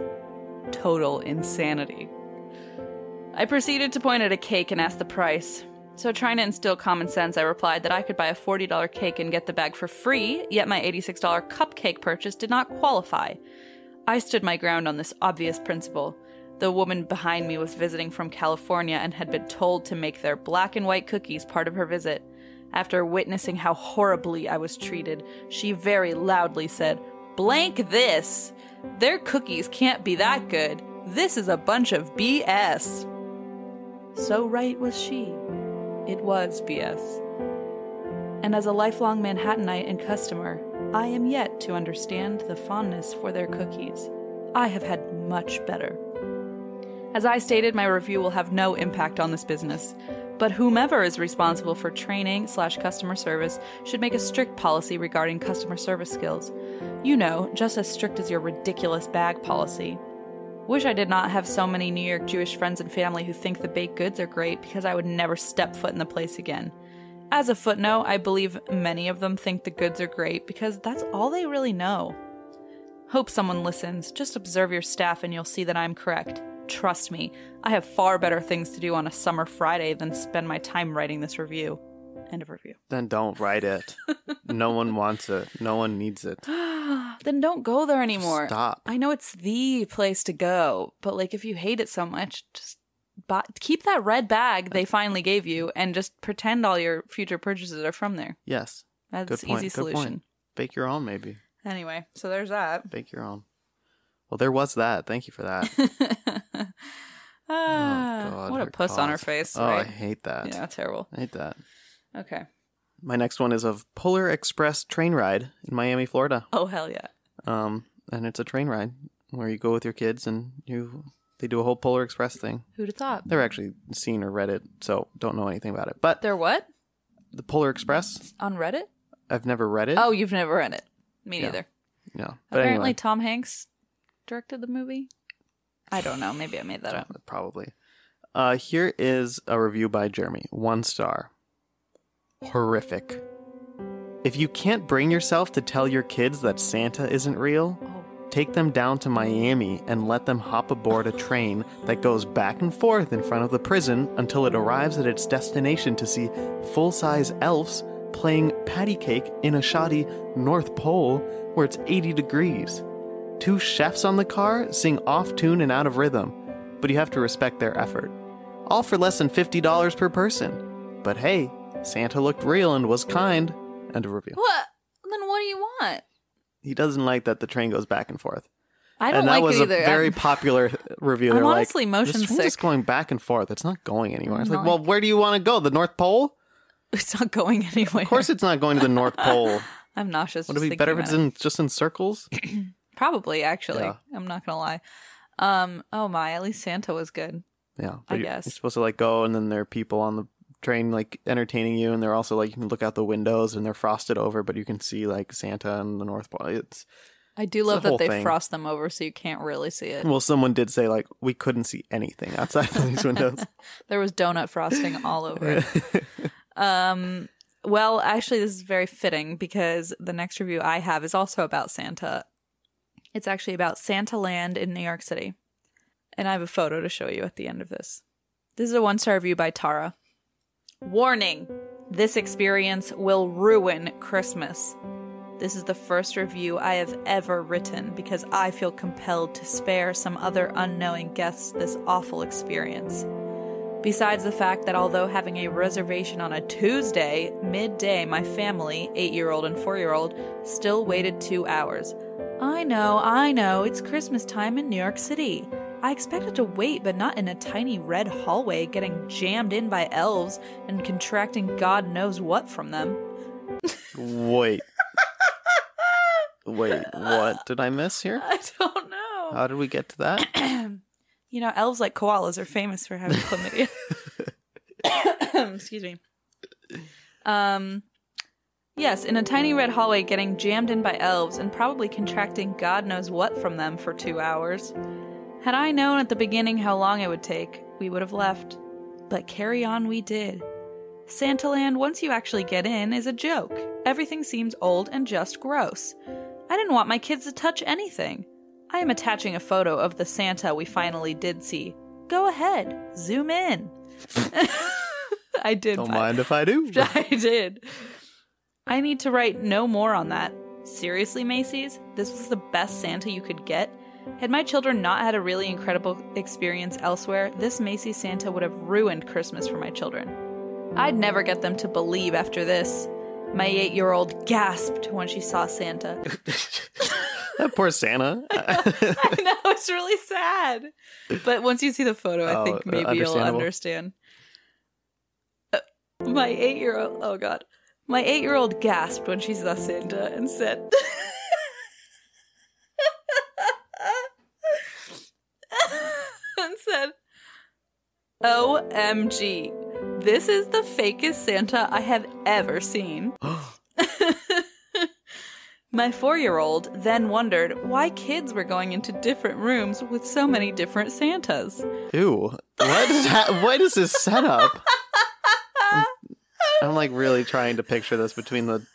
Total insanity. I proceeded to point at a cake and ask the price. So, trying to instill common sense, I replied that I could buy a $40 cake and get the bag for free, yet my $86 cupcake purchase did not qualify. I stood my ground on this obvious principle. The woman behind me was visiting from California and had been told to make their black and white cookies part of her visit. After witnessing how horribly I was treated, she very loudly said, Blank this! Their cookies can't be that good. This is a bunch of BS. So right was she. It was BS. And as a lifelong Manhattanite and customer, I am yet to understand the fondness for their cookies. I have had much better. As I stated, my review will have no impact on this business. But whomever is responsible for training slash customer service should make a strict policy regarding customer service skills. You know, just as strict as your ridiculous bag policy. Wish I did not have so many New York Jewish friends and family who think the baked goods are great because I would never step foot in the place again. As a footnote, I believe many of them think the goods are great because that's all they really know. Hope someone listens. Just observe your staff and you'll see that I'm correct. Trust me, I have far better things to do on a summer Friday than spend my time writing this review. End of review.
Then don't write it. no one wants it. No one needs it.
Ah, Then don't go there anymore.
stop.
I know it's the place to go, but like if you hate it so much, just buy- keep that red bag they finally gave you and just pretend all your future purchases are from there.
Yes.
That's
Good point.
easy
Good point.
solution.
Bake your own, maybe.
Anyway, so there's that.
Bake your own. Well, there was that. Thank you for that.
Ah,
Oh, God,
what a
her
puss on her
cough.
face.
Oh, I
right?
hate that.
Yeah, terrible.
I hate that.
Okay.
My next one is of Polar Express train ride in Miami, Florida.
Oh hell yeah.
Um, and it's a train ride where you go with your kids and you they do a whole Polar Express thing.
Who'd have thought?
They're actually seen or read it, so don't know anything about it. But
They're what?
the Polar Express,
On Reddit?
I've never read it.
Oh, you've never read it. Me
Yeah.
neither.
no. But
Apparently
anyway,
Tom Hanks directed the movie. I don't know. Maybe I made that up.
probably. Uh, here is a review by Jeremy. One star. Horrific. If you can't bring yourself to tell your kids that Santa isn't real, take them down to Miami and let them hop aboard a train that goes back and forth in front of the prison until it arrives at its destination to see full size elves playing patty cake in a shoddy North Pole where it's 80 degrees. Two chefs on the car sing off tune and out of rhythm, but you have to respect their effort. All for less than $50 per person. But hey, Santa looked real and was kind. End of review.
What? Then what do you want?
He doesn't like that the train goes back and forth.
I don't
and that
like
was
it either.
a very
I'm-
popular review.
I'm
They're
honestly
like,
motion
this train's just
sick."
going back and forth. It's not going anywhere. It's like,
Not-
well, where do you want to go? The North Pole?
it's not going anywhere.
Of course, it's not going to the North Pole.
I'm nauseous.
Would
just
it be
thinking
better if
about
it's in just in circles?
Probably, actually.
Yeah.
I'm not gonna lie. Um. Oh my. At least Santa was good.
Yeah,
I
but you're-
guess.
you're supposed to like go, and then there are people on the train like entertaining you, and they're also like you can look out the windows, and they're frosted over, but you can see like Santa and the North Pole. It's
I do
the
love that
whole
they
thing.
frost them over so you can't really see it.
well, someone did say like we couldn't see anything outside of these windows.
There was donut frosting all over it. um, well, actually, this is very fitting because the next review I have is also about Santa. It's actually about Santa Land in New York City. And I have a photo to show you at the end of this. This is a one star review by Tara. Warning this experience will ruin Christmas. This is the first review I have ever written because I feel compelled to spare some other unknowing guests this awful experience. Besides the fact that although having a reservation on a Tuesday, midday, my family, eight year old and four year old, still waited two hours. I know, I know, it's Christmas time in New York City. I expected to wait, but not in a tiny red hallway getting jammed in by elves and contracting God knows what from them.
Wait, wait, what did I miss here?
I don't know.
How did we get to that?
You know, elves like koalas are famous for having chlamydia. Excuse me. Um, yes, in a tiny red hallway, getting jammed in by elves and probably contracting God knows what from them for two hours. Had I known at the beginning how long it would take, we would have left. But carry on we did. Santaland, once you actually get in, is a joke. Everything seems old and just gross. I didn't want my kids to touch anything. I am attaching a photo of the Santa we finally did see. Go ahead, zoom in. I did.
Don't
buy-
mind if I do.
I did. I need to write no more on that. Seriously, Macy's? This was the best Santa you could get? Had my children not had a really incredible experience elsewhere, this Macy's Santa would have ruined Christmas for my children. I'd never get them to believe after this. My eight year old gasped when she saw Santa.
That poor Santa. Uh,
I know, it's really sad. But once you see the photo, I
Oh,
think
uh,
maybe you'll
understandable.
understand. Uh, my eight year old, oh God. My eight year old gasped when she saw Santa and said, and said, OMG, this is the fakest Santa I have ever seen. My four year old then wondered why kids were going into different rooms with so many different Santas.
Ew. What is that? What is this setup? I'm like really trying to picture this between the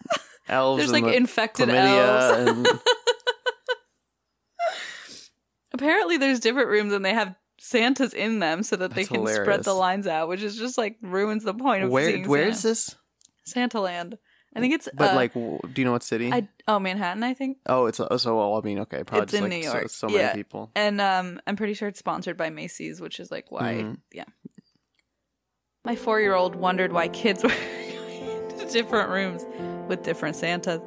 elves
There's
and
like
the
infected elves.
chlamydia and
Apparently, there's different rooms and they have Santas in them so that they
That's
can spread
hilarious.
the lines out, which is just like ruins the point of
where
seeing
where is
Santa.
this?
Santa Land. I think it's
But
uh,
like, w- do you know what city?
I, oh Manhattan, I think.
oh, it's oh, so. Well, I mean, okay, probably
It's
just
in
like
New
so-
York.
So,
Yeah.
many people.
And um, I'm pretty sure it's sponsored by Macy's, which is like why,
Mm-hmm.
yeah. My four year old wondered why kids were going to different rooms with different Santas.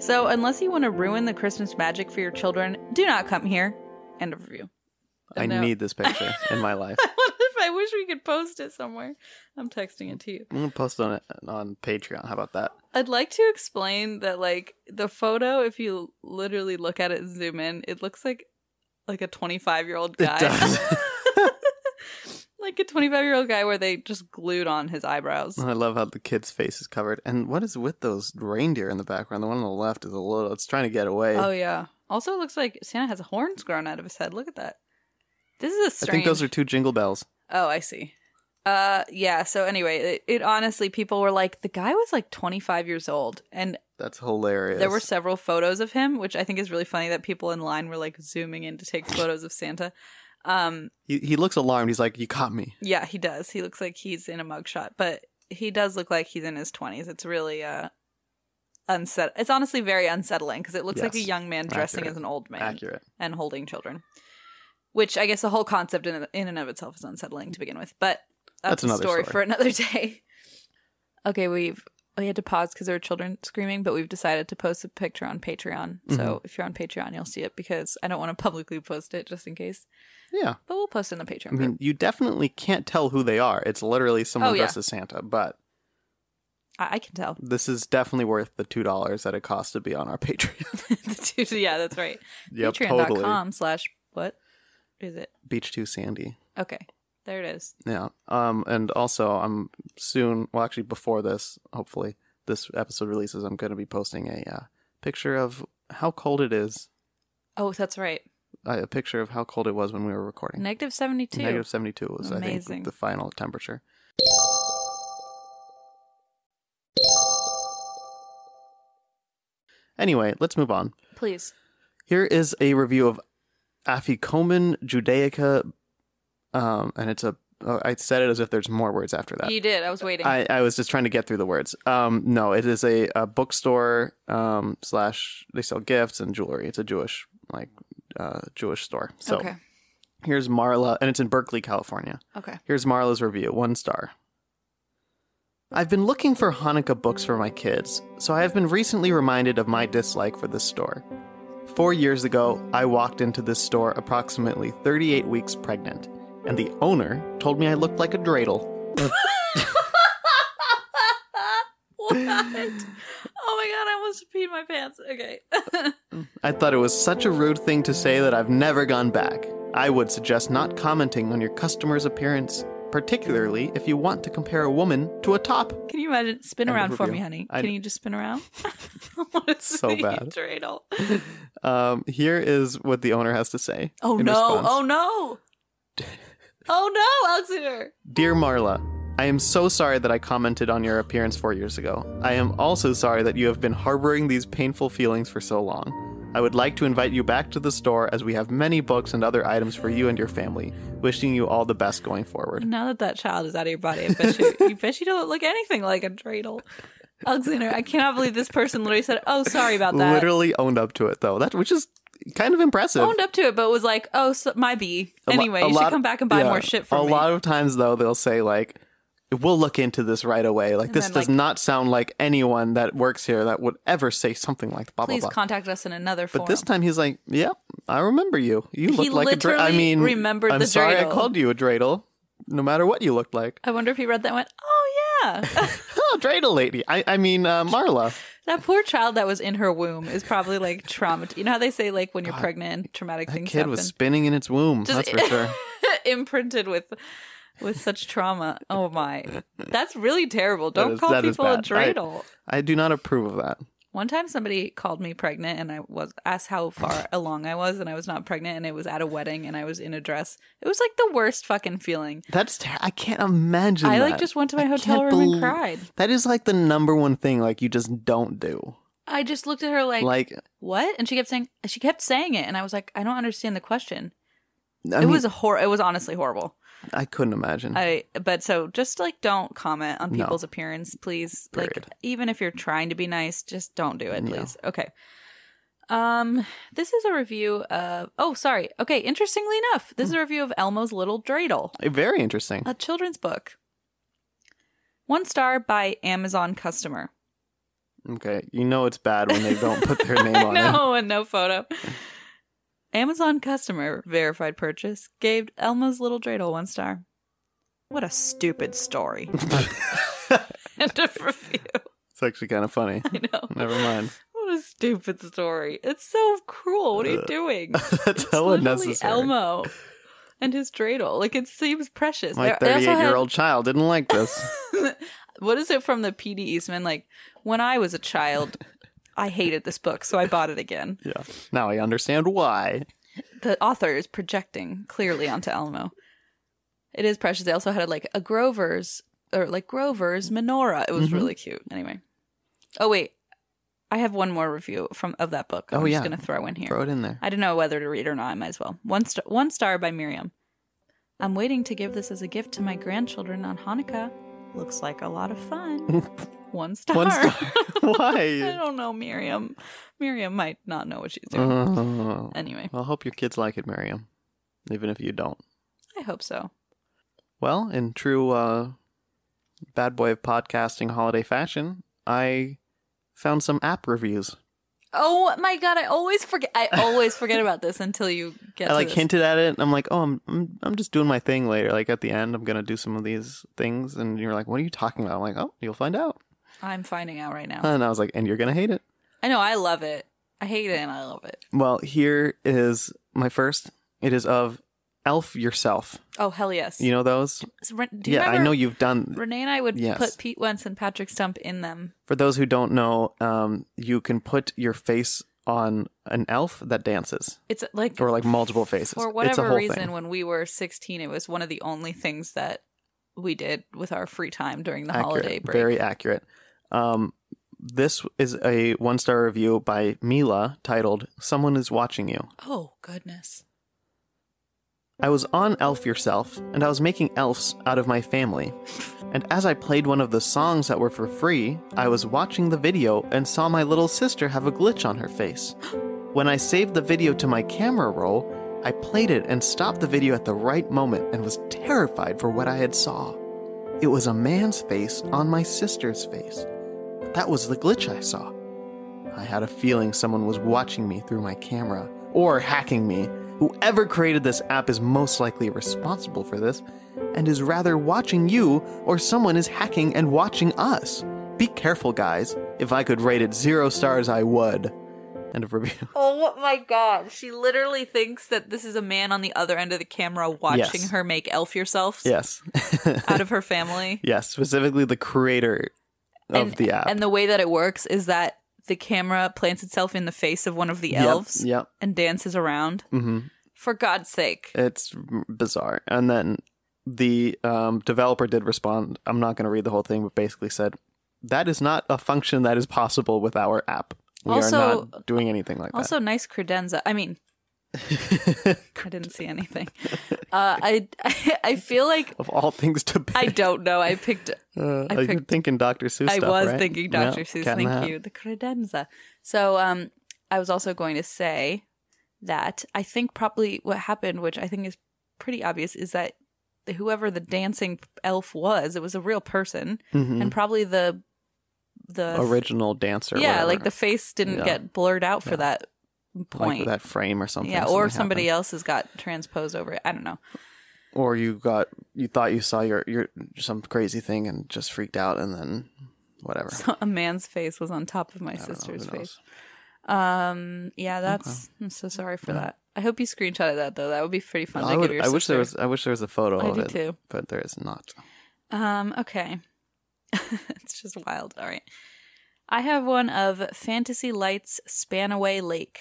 So, unless you want to ruin the Christmas magic for your children, do not come here. End of review.
I
No.
need this picture in my life.
What if I wish we could post it somewhere? I'm texting it to you.
I'm gonna post on it on Patreon. How about that?
I'd like to explain that, like, the photo, if you literally look at it and zoom in, it looks like like a 25 year old guy.
does.
like a 25 year old guy where they just glued on his eyebrows.
I love how the kid's face is covered. And what is with those reindeer in the background? The one on the left is a little. It's trying to get away.
Oh, yeah. Also, it looks like Santa has horns grown out of his head. Look at that. This is a
I
strange.
think those are two jingle bells.
Oh, I see. Uh, yeah. So anyway, it, it honestly, people were like, the guy was like 25 years old, and
That's hilarious.
There were several photos of him, which I think is really funny that people in line were like zooming in to take photos of Santa. Um,
He, he looks alarmed. He's like, "You caught me."
yeah, he does. He looks like he's in a mugshot, but he does look like he's in his 20s. It's really uh unset it's honestly very unsettling because it looks like a
Yes.
young man dressing
Accurate.
as an old man
Accurate.
and holding children. Which I guess the whole concept in, in and of itself is unsettling to begin with, but that's,
That's
a
another
story,
story.
for another day. okay, we've we had to pause because there were children screaming, but we've decided to post a picture on Patreon. So
Mm-hmm.
if you're on Patreon, you'll see it because I don't want to publicly post it just in case,
Yeah.
but we'll post it in the Patreon.
I mean,
group.
you definitely can't tell who they are. It's literally someone
Oh, yeah.
dressed as Santa, but
I, I can tell.
this is definitely worth the two dollars that it costs to be on our Patreon.
The two- yeah, that's right.
Yep,
Patreon.com
totally.
slash what is it?
Beach Too Sandy.
Okay, there it is.
Yeah. Um. And also, I'm soon. Well, actually, before this, hopefully, this episode releases. I'm going to be posting a uh, picture of how cold it is.
Oh, that's right.
Uh, a picture of how cold it was when we were recording.
Negative 72.
Negative 72 was, I
Amazing.
think, the final temperature. Anyway, let's move on.
Please.
Here is a review of Afikomen Judaica, um, and it's a. oh, I said it as if there's more words after that.
You did. I was waiting.
I, I was just trying to get through the words. Um, no, it is a, a bookstore um, slash they sell gifts and jewelry. It's a Jewish like uh, Jewish store. So
okay.
here's Marla, and it's in Berkeley, California.
Okay.
Here's Marla's review one star. I've been looking for Hanukkah books for my kids, so I have been recently reminded of my dislike for this store. Four years ago, I walked into this store approximately 38 weeks pregnant, and the owner told me I looked like a dreidel.
what? Oh my god, I almost peed my pants. Okay.
I thought it was such a rude thing to say that I've never gone back. I would suggest not commenting on your customer's appearance, particularly if you want to compare a woman to a top.
Can you imagine? Spin
End of
around for me,
review.
honey.
I-
Can you just spin around? what is
So
the
bad.
dreidel?
Um, here is what the owner has to say.
Oh
in
no.
response.
Oh no. Oh no, Alexander.
Dear Marla, I am so sorry that I commented on your appearance four years ago. I am also sorry that you have been harboring these painful feelings for so long. I would like to invite you back to the store as we have many books and other items for you and your family. Wishing you all the best going forward.
Now that that child is out of your body, I bet you, you bet you don't look anything like a dreidel. Alexander, I cannot believe this person literally said, "Oh, sorry about that."
Literally owned up to it though. That which is kind of impressive.
owned up to it, but was like, "Oh, so, my bee."
A lo-
Anyway,
a
you should
lot-
come back and buy
yeah.
more shit for
a
me.
lot of times though, they'll say like, "We'll look into this right away." Like this
then,
does
like-
not sound like anyone that works here that would ever say something like blah
Please
blah blah.
contact us in another
but
form.
this time he's like, "Yep, I remember you. You
He
look like a dreidel." I
literally
mean,
remembered
I'm
the
sorry I
dreidel.
called you a dreidel, no matter what you looked like.
I wonder if he read that and went, "Oh yeah."
Oh, dreidel lady. I, I mean, uh, Marla.
that poor child that was in her womb is probably like traumatized. You know how they say like when you're pregnant, traumatic
That
things
kid
happen.
was spinning in its womb.
Just-
that's for sure.
imprinted with with such trauma. Oh my. That's really terrible.
That
Don't
is-
call
that is
people a
bad. I-
dreidel.
I do not approve of that.
One time somebody called me pregnant and I was asked how far along I was and I was not pregnant and it was at a wedding and I was in a dress. It was like the worst fucking feeling.
That's ter- I can't imagine.
I, like,
that.
just went to my
I
hotel
can't
room and
bel-
cried.
That is like the number one thing like you just don't do.
I just looked at her like,
Like
what? And she kept saying she kept saying it and I was like, I don't understand the question.
I
it
mean,
was a hor it was honestly horrible.
I couldn't imagine.
I but so just like don't comment on
No.
people's appearance, please. Like
Period.
even if you're trying to be nice, just don't do it,
No.
please. Okay. Um, this is a review of oh sorry. Okay, interestingly enough, this is a review of Elmo's Little Dreidel,
Eh, Very interesting.
a children's book. One star by Amazon customer.
Okay, you know it's bad when they don't put their name on it.
no, and no photo. Amazon customer verified purchase gave Elmo's Little Dreidel one star. What a stupid story. End of review.
It's actually kind of funny.
I know.
Never mind.
What a stupid story. It's so cruel. What are you doing?
That's
It's
hell
literally
unnecessary.
Elmo and his dreidel. Like it seems precious.
My
They- they also
38 year
had-
old child didn't like this.
what is it from the PD Eastman? Like when I was a child, I hated this book, so I bought it again.
yeah. Now I understand why.
the author is projecting clearly onto Elmo. It is precious. They also had like a Grover's or like Grover's menorah. It was
Mm-hmm.
really cute. Anyway. Oh wait. I have one more review from of that book. I'm
Oh,
just
yeah.
gonna throw in here.
Throw it in there.
I don't know whether to read or not. I might as well. One star, one star by Miriam. I'm waiting to give this as a gift to my grandchildren on Hanukkah. Looks like a lot of fun. one star.
One star.
I
why?
don't know, Miriam. Miriam might not know what she's doing.
Oh.
Anyway,
Well, I hope your kids like it, Miriam. Even if you don't.
I hope so.
Well, in true uh, bad boy of podcasting holiday fashion, I found some app reviews.
Oh my god! I always forget. I always forget about this until you get.
I
to
like
this.
hinted at it. And I'm like, oh, I'm, I'm I'm just doing my thing later. Like at the end, I'm gonna do some of these things. And you're like, what are you talking about? I'm like, oh, you'll find out.
I'm finding out right now.
And I was like, and you're gonna hate it.
I know. I love it. I hate it and I love it.
Well, here is my first. It is of Elf Yourself.
Oh hell yes!
You know those?
So, Ren- do you
yeah, I
remember
know you've done.
Renee and I would
Yes.
put Pete Wentz and Patrick Stump in them.
For those who don't know, um, you can put your face on an elf that dances,
It's like
or like multiple faces.
for
it's a
whatever
whole
reason,
thing.
when we were 16, it was one of the only things that we did with our free time during the
accurate,
holiday break.
Very accurate. Um, this is a one star review by Mila titled Someone is Watching You.
oh goodness!
I was on Elf Yourself, and I was making elves out of my family. And as I played one of the songs that were for free, I was watching the video and saw my little sister have a glitch on her face. When I saved the video to my camera roll, I played it and stopped the video at the right moment and was terrified for what I had saw. It was a man's face on my sister's face. That was the glitch I saw. I had a feeling someone was watching me through my camera or hacking me. Whoever created this app is most likely responsible for this and is rather watching you or someone is hacking and watching us. Be careful, guys. If I could rate it zero stars, I would. End of review.
Oh my god! She literally thinks that this is a man on the other end of the camera watching
Yes.
her make elf yourself
Yes.
out of her family.
yes, specifically the creator of
and,
the app.
And the way that it works is that the camera plants itself in the face of one of the
Yep,
elves
yep.
and dances around.
hmm
For God's sake.
It's bizarre. And then the um, developer did respond. I'm not going to read the whole thing, but basically said, that is not a function that is possible with our app. We are
Also-
not doing anything like
Also, nice credenza. I mean,
that.
I didn't see anything. Uh, I, I feel like
of all things to pick.
I don't know. I picked.
Uh,
I
you're
picked-
thinking Dr. Seuss.
I
stuff,
was
right?
thinking
Yeah,
Dr. Seuss.
Cat in the Hat.
Thank you. The credenza. So, um, I was also going to say that I think probably what happened, which I think is pretty obvious, is that whoever the dancing elf was, it was a real person,
Mhm.
and probably the the
Original dancer.
yeah,
whatever.
like the face didn't
Yeah.
get blurred out for
Yeah.
that
Like
point.
that frame or something.
yeah, or
something
somebody
happened.
else has got transposed over it. I don't know.
Or you got you thought you saw your your some crazy thing and just freaked out and then whatever.
So a man's face was on top of my
I don't know,
sister's
who
face.
knows?
Um, yeah, that's. I'm so sorry for that. I hope you screenshotted that though. That would be pretty fun.
I,
to
would,
give your
I wish there
sister.
was I wish there was a photo
I
of
do
it,
too.
but there is not.
Um, okay. it's just wild. All right. I have one of Fantasy Lights Spanaway Lake.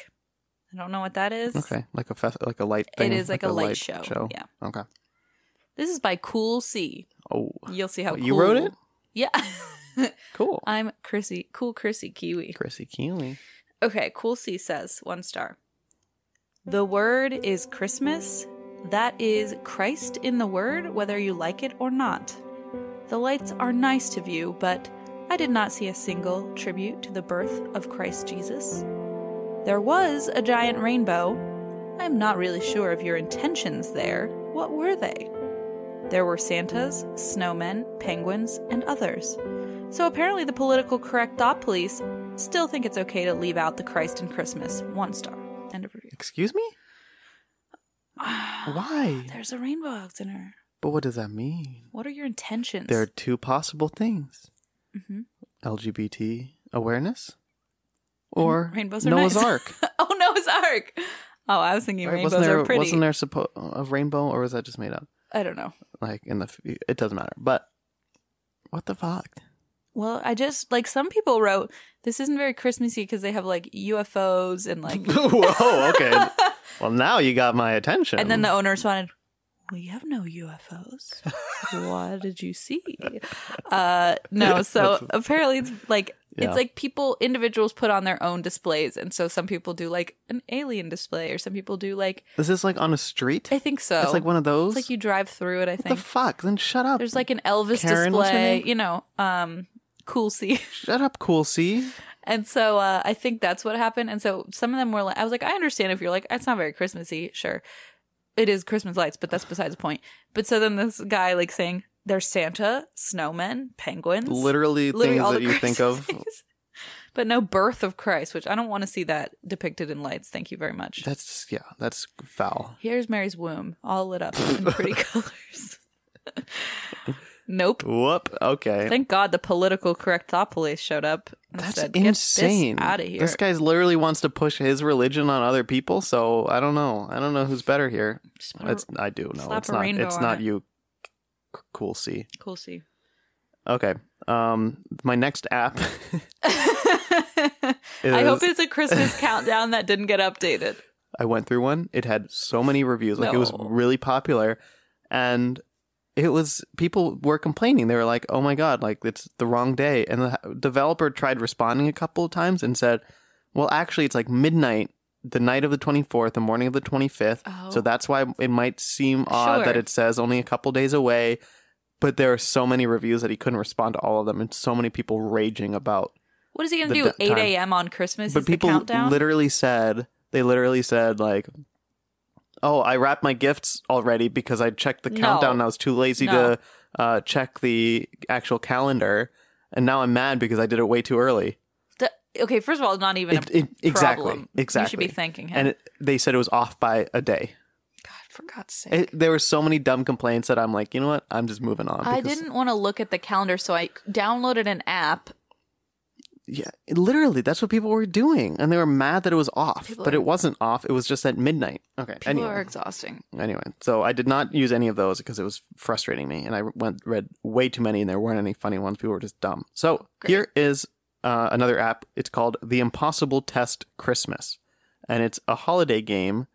I don't know what that is.
Okay, like a fest, like a light.
It
Thing,
is like a light show, yeah.
Okay.
This is by Cool C.
Oh,
You'll see how cool.
You wrote it?
Yeah.
cool.
I'm Chrissy, cool Chrissy Kiwi.
Chrissy Keeley.
Okay, cool C says one star. The word is Christmas. That is Christ in the word, whether you like it or not. The lights are nice to view, but I did not see a single tribute to the birth of Christ Jesus. There was a giant rainbow. I am not really sure of your intentions there. What were they? There were Santas, snowmen, penguins, and others. So apparently, the political correct thought police still think it's okay to leave out the Christ in Christmas. One star. End of review.
Excuse me. Why?
There's a rainbow out in her.
But what does that mean?
What are your intentions?
There are two possible things:
Mhm.
LGBT awareness or
Rainbows are
Noah's
nice.
Ark.
oh, Noah's Ark. Oh, I was thinking
Right?
rainbows
Wasn't there
are pretty.
wasn't there suppo- a rainbow or was that just made up?
I don't know.
Like in the f- it doesn't matter. But what the fuck?
Well, I just like some people wrote this isn't very Christmassy because they have like UFOs and like,
Whoa. Okay. well, now you got my attention.
and then the owner responded, "We have no UFOs. what did you see?" Uh, no. So apparently, it's like
Yeah.
it's like people individuals put on their own displays, and so some people do like an alien display, or some people do like
is this like on a street?
I think so.
It's like one of those.
It's like you drive through it. I
What
think
the fuck? Then shut up.
there's like an Elvis
Karen, what's her
display.
name?
You know, um, cool scene.
shut up, cool C.
And so uh, I think that's what happened. And so some of them were like, I was like, I understand if you're like, it's not very Christmassy. Sure. It is Christmas lights, but that's besides the point. But so then this guy like saying, there's Santa, snowmen, penguins.
Literally, things
all
that
the
you think of.
Christmas things. But no birth of Christ, which I don't want to see that depicted in lights. Thank you very much.
That's yeah. That's foul.
Here's Mary's womb, all lit up in pretty colors. nope.
Whoop. Okay.
Thank God the political correct thought police showed up. And
that's
said,
insane.
Get this out of here.
This guy literally wants to push his religion on other people. So I don't know. I don't know who's better here.
Just put a-
It's I do know.
slap
It's
a
not.
rainbow
It's
on
not
it.
you. C- Cool C.
Cool. See.
Okay. Um. My next app.
I hope it's a Christmas countdown that didn't get updated.
I went through one. It had so many reviews. Like it was
No.
really popular and it was people were complaining. They were like, "Oh my god, like it's the wrong day." And the h- developer tried responding a couple of times and said, "Well, actually it's like midnight, the night of the 24th, the morning of the 25th. So
Oh.
that's why it might seem odd that
Sure.
it says only a couple days away." But there are so many reviews that he couldn't respond to all of them and so many people raging about
What is he going
The
to do?
d-
8
time.
a.m. on Christmas?
but
is
people
the countdown?
literally said they literally said like oh i wrapped my gifts already because i checked the
No.
countdown and i was too lazy
No.
to uh, check the actual calendar and now i'm mad because i did it way too early
D- okay, first of all, not even
It-
a
it- exactly
problem.
exactly
You should be thanking him.
and it, they said it was off by a day
God, for God's sake.
it, there were so many dumb complaints that i'm like you know what i'm just moving on
I
because-
didn't want to look at the calendar, so I downloaded an app.
yeah literally that's what people were doing and they were mad that it was off
People
but
are-
it wasn't off it was just at midnight okay
People
anyway.
are exhausting.
anyway, so I did not use any of those because it was frustrating me, and I went read way too many, and there weren't any funny ones. People were just dumb. So
Great.
here is uh, another app. It's called The Impossible Test Christmas, and it's a holiday game,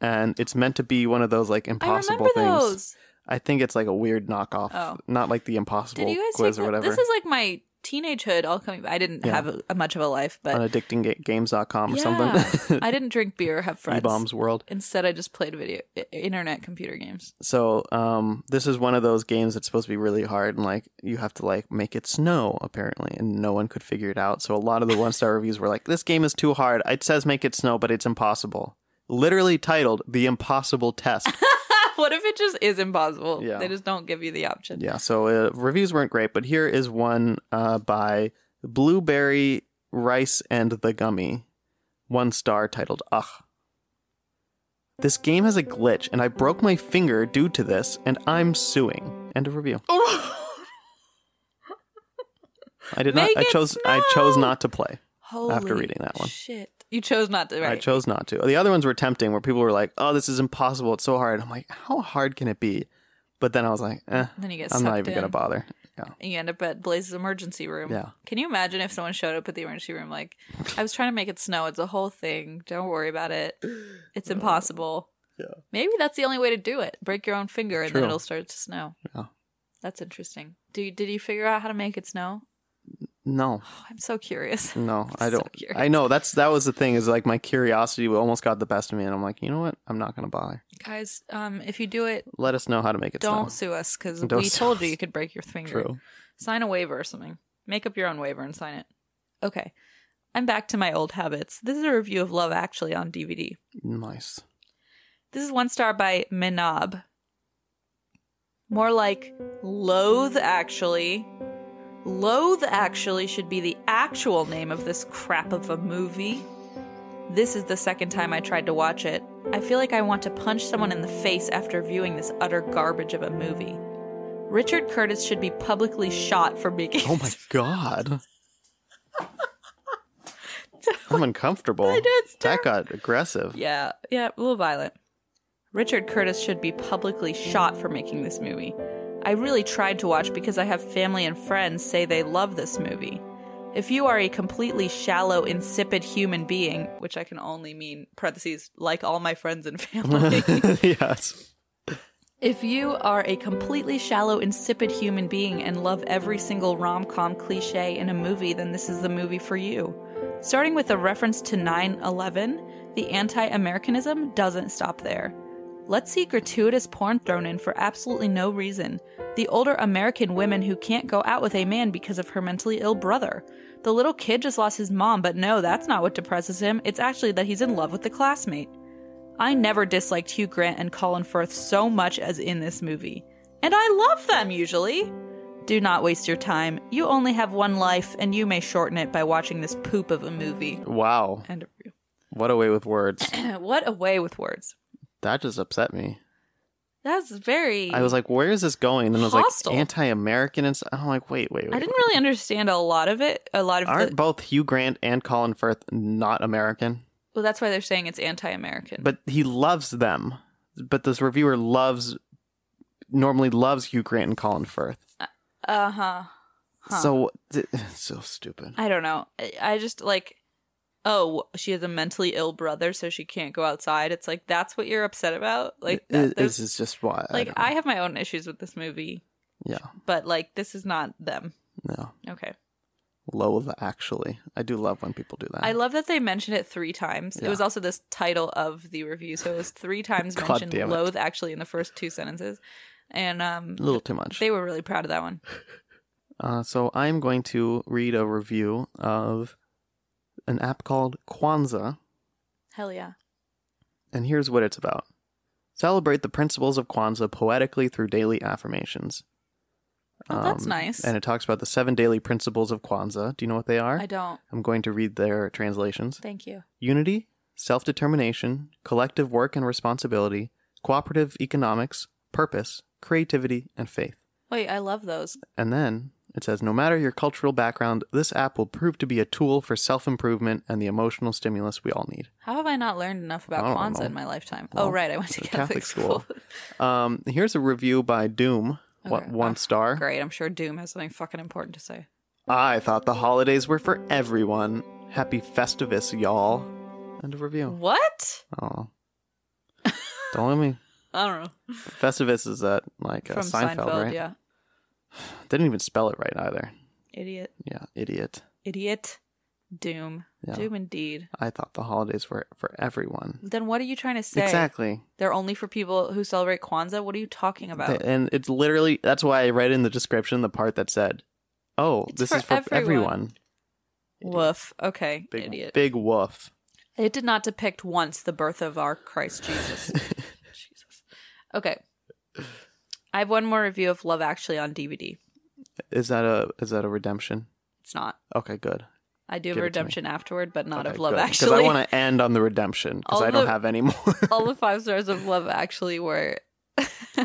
and it's meant to be one of those like impossible
I remember
things.
those.
I think it's like a weird knockoff,
Oh.
not like the impossible
Did you guys
quiz
take
or
that-
whatever.
This is like my teenagehood all coming back. I didn't
Yeah.
have a, a much of a life, but
on addictinggames.com or
Yeah.
something.
I didn't drink beer or have friends.
E-bombs world.
Instead, I just played video i- internet computer games.
So um, this is one of those games that's supposed to be really hard, and like you have to like make it snow apparently, and no one could figure it out. So a lot of the one star reviews were like, "This game is too hard. It says make it snow, but it's impossible." Literally titled "The Impossible Test."
what if it just is impossible?
Yeah.
They just don't give you the option.
yeah. So uh, reviews weren't great, but here is one uh, by Blueberry Rice and the Gummy, one star titled "Ugh." This game has a glitch, and I broke my finger due to this, and I'm suing. End of review. I did not.
Make
I
it
chose. I chose
snow!
not to play.
Holy
After reading that one.
shit! You chose not to. Right?
I chose not to. The other ones were tempting, where people were like, "Oh, this is impossible. It's so hard." I'm like, "How hard can it be?" But then I was like, eh,
Then you get
I'm not
sucked
even
in.
gonna bother." Yeah.
you end up at Blaze's emergency room.
Yeah.
Can you imagine if someone showed up at the emergency room like, I was trying to make it snow. It's a whole thing. Don't worry about it.
Uh,
It's impossible. yeah. Maybe that's the only way to do it. Break your own finger and
True.
then it'll start to snow.
Yeah.
That's interesting. Do you, did you figure out how to make it snow?
No,
Oh, I'm so curious.
no, I
so
don't.
curious.
I know that's that was the thing is like my curiosity almost got the best of me, and I'm like, you know what? I'm not gonna bother.
Guys, um, if you do it,
Let us know how to make it.
don't
snow.
sue us because
Don't
we
sue
told you
us.
you could break your finger.
True.
Sign a waiver or something. Make up your own waiver and sign it. Okay. I'm back to my old habits. This is a review of Love Actually on DVD.
Nice.
This is one star by Minab. More like Loathe Actually. Loathe Actually should be the actual name of this crap of a movie. This is the second time I tried to watch it. I feel like I want to punch someone in the face after viewing this utter garbage of a movie. Richard Curtis should be publicly shot for making.
Oh my god. I'm uncomfortable. I
did, it's
that got aggressive.
Yeah, yeah, a little violent. Richard Curtis should be publicly shot for making this movie. I really tried to watch because I have family and friends say they love this movie. If you are a completely shallow, insipid human being, which I can only mean parentheses like all my friends and family,
yes.
if you are a completely shallow, insipid human being and love every single rom com cliche in a movie, then this is the movie for you. Starting with a reference to 9 11, the anti Americanism doesn't stop there. Let's see gratuitous porn thrown in for absolutely no reason. The older American women who can't go out with a man because of her mentally ill brother. The little kid just lost his mom, but no, that's not what depresses him. It's actually that he's in love with the classmate. I never disliked Hugh Grant and Colin Firth so much as in this movie. And I love them usually. Do not waste your time. You only have one life, and you may shorten it by watching this poop of a movie.
Wow.
End of review.
What a way with words.
what a way with words.
That just upset me.
That's very.
I was like, where is this going? And it was
Hostile.
like anti American and stuff. I'm like, wait, wait, wait.
I didn't really understand a lot of it. A lot of
Aren't
the,
both Hugh Grant and Colin Firth not American?
well, that's why they're saying it's anti-American.
But he loves them. But this reviewer loves, normally loves Hugh Grant and Colin Firth.
uh huh.
So, th- so stupid.
I don't know. I, I just like. Oh, she has a mentally ill brother, so she can't go outside. It's like that's what you're upset about. Like
Th-
that, there's-
this is just why.
like
don't-
I have my own issues with this movie,
yeah,
but like this is not them.
no,
Okay.
loathe actually. I do love when people do that.
I love that they mentioned it three times. It was
Yeah.
also this title of the review, so it was three times
God
mentioned
damn it.
loathe actually in the first two sentences. And um
a little too much.
they were really proud of that one.
Uh, so I'm going to read a review of an app called Kwanzaa,
Hell yeah.
and here's what it's about. Celebrate the principles of Kwanzaa poetically through daily affirmations. Um,
Oh, that's nice.
And it talks about the seven daily principles of Kwanzaa. Do you know what they are?
I don't.
I'm going to read their translations.
Thank you.
unity, self determination, collective work and responsibility, cooperative economics, purpose, creativity, and faith.
Wait, I love those.
And then it says no matter your cultural background, this app will prove to be a tool for self improvement and the emotional stimulus we all need.
How have I not learned enough about
I don't
Kwanzaa
know.
in my lifetime? oh
Well,
right, I went to Catholic, school.
um, here's a review by Doom. What
Okay.
one
Oh,
star?
Great. I'm sure Doom has something fucking important to say.
I thought the holidays were for everyone. Happy Festivus, y'all. End of review.
What?
Oh, don't let me.
I don't know.
Festivus is that like uh,
From
Seinfeld, right?
yeah.
They didn't even spell it right either.
Idiot.
Yeah, idiot.
Idiot. Doom.
Yeah.
Doom indeed.
I thought the holidays were for everyone.
Then what are you trying to say?
Exactly.
They're only for people who celebrate Kwanzaa? What are you talking about?
Th- And it's literally that's why I read in the description the part that said, "Oh,
It's
this
for
is for
everyone.
everyone."
Woof. Okay.
Big
Idiot.
big woof.
It did not depict once the birth of our Christ Jesus. Jesus. Okay. I have one more review of Love Actually on DVD.
Is that a is that a redemption?
It's not.
Okay, good.
I do have
Give
a
it to me.
redemption afterward, but not of
Okay,
Love
good.
Actually.
I want to end on the redemption because
All
I don't
the-
have any more.
All the five stars of Love Actually were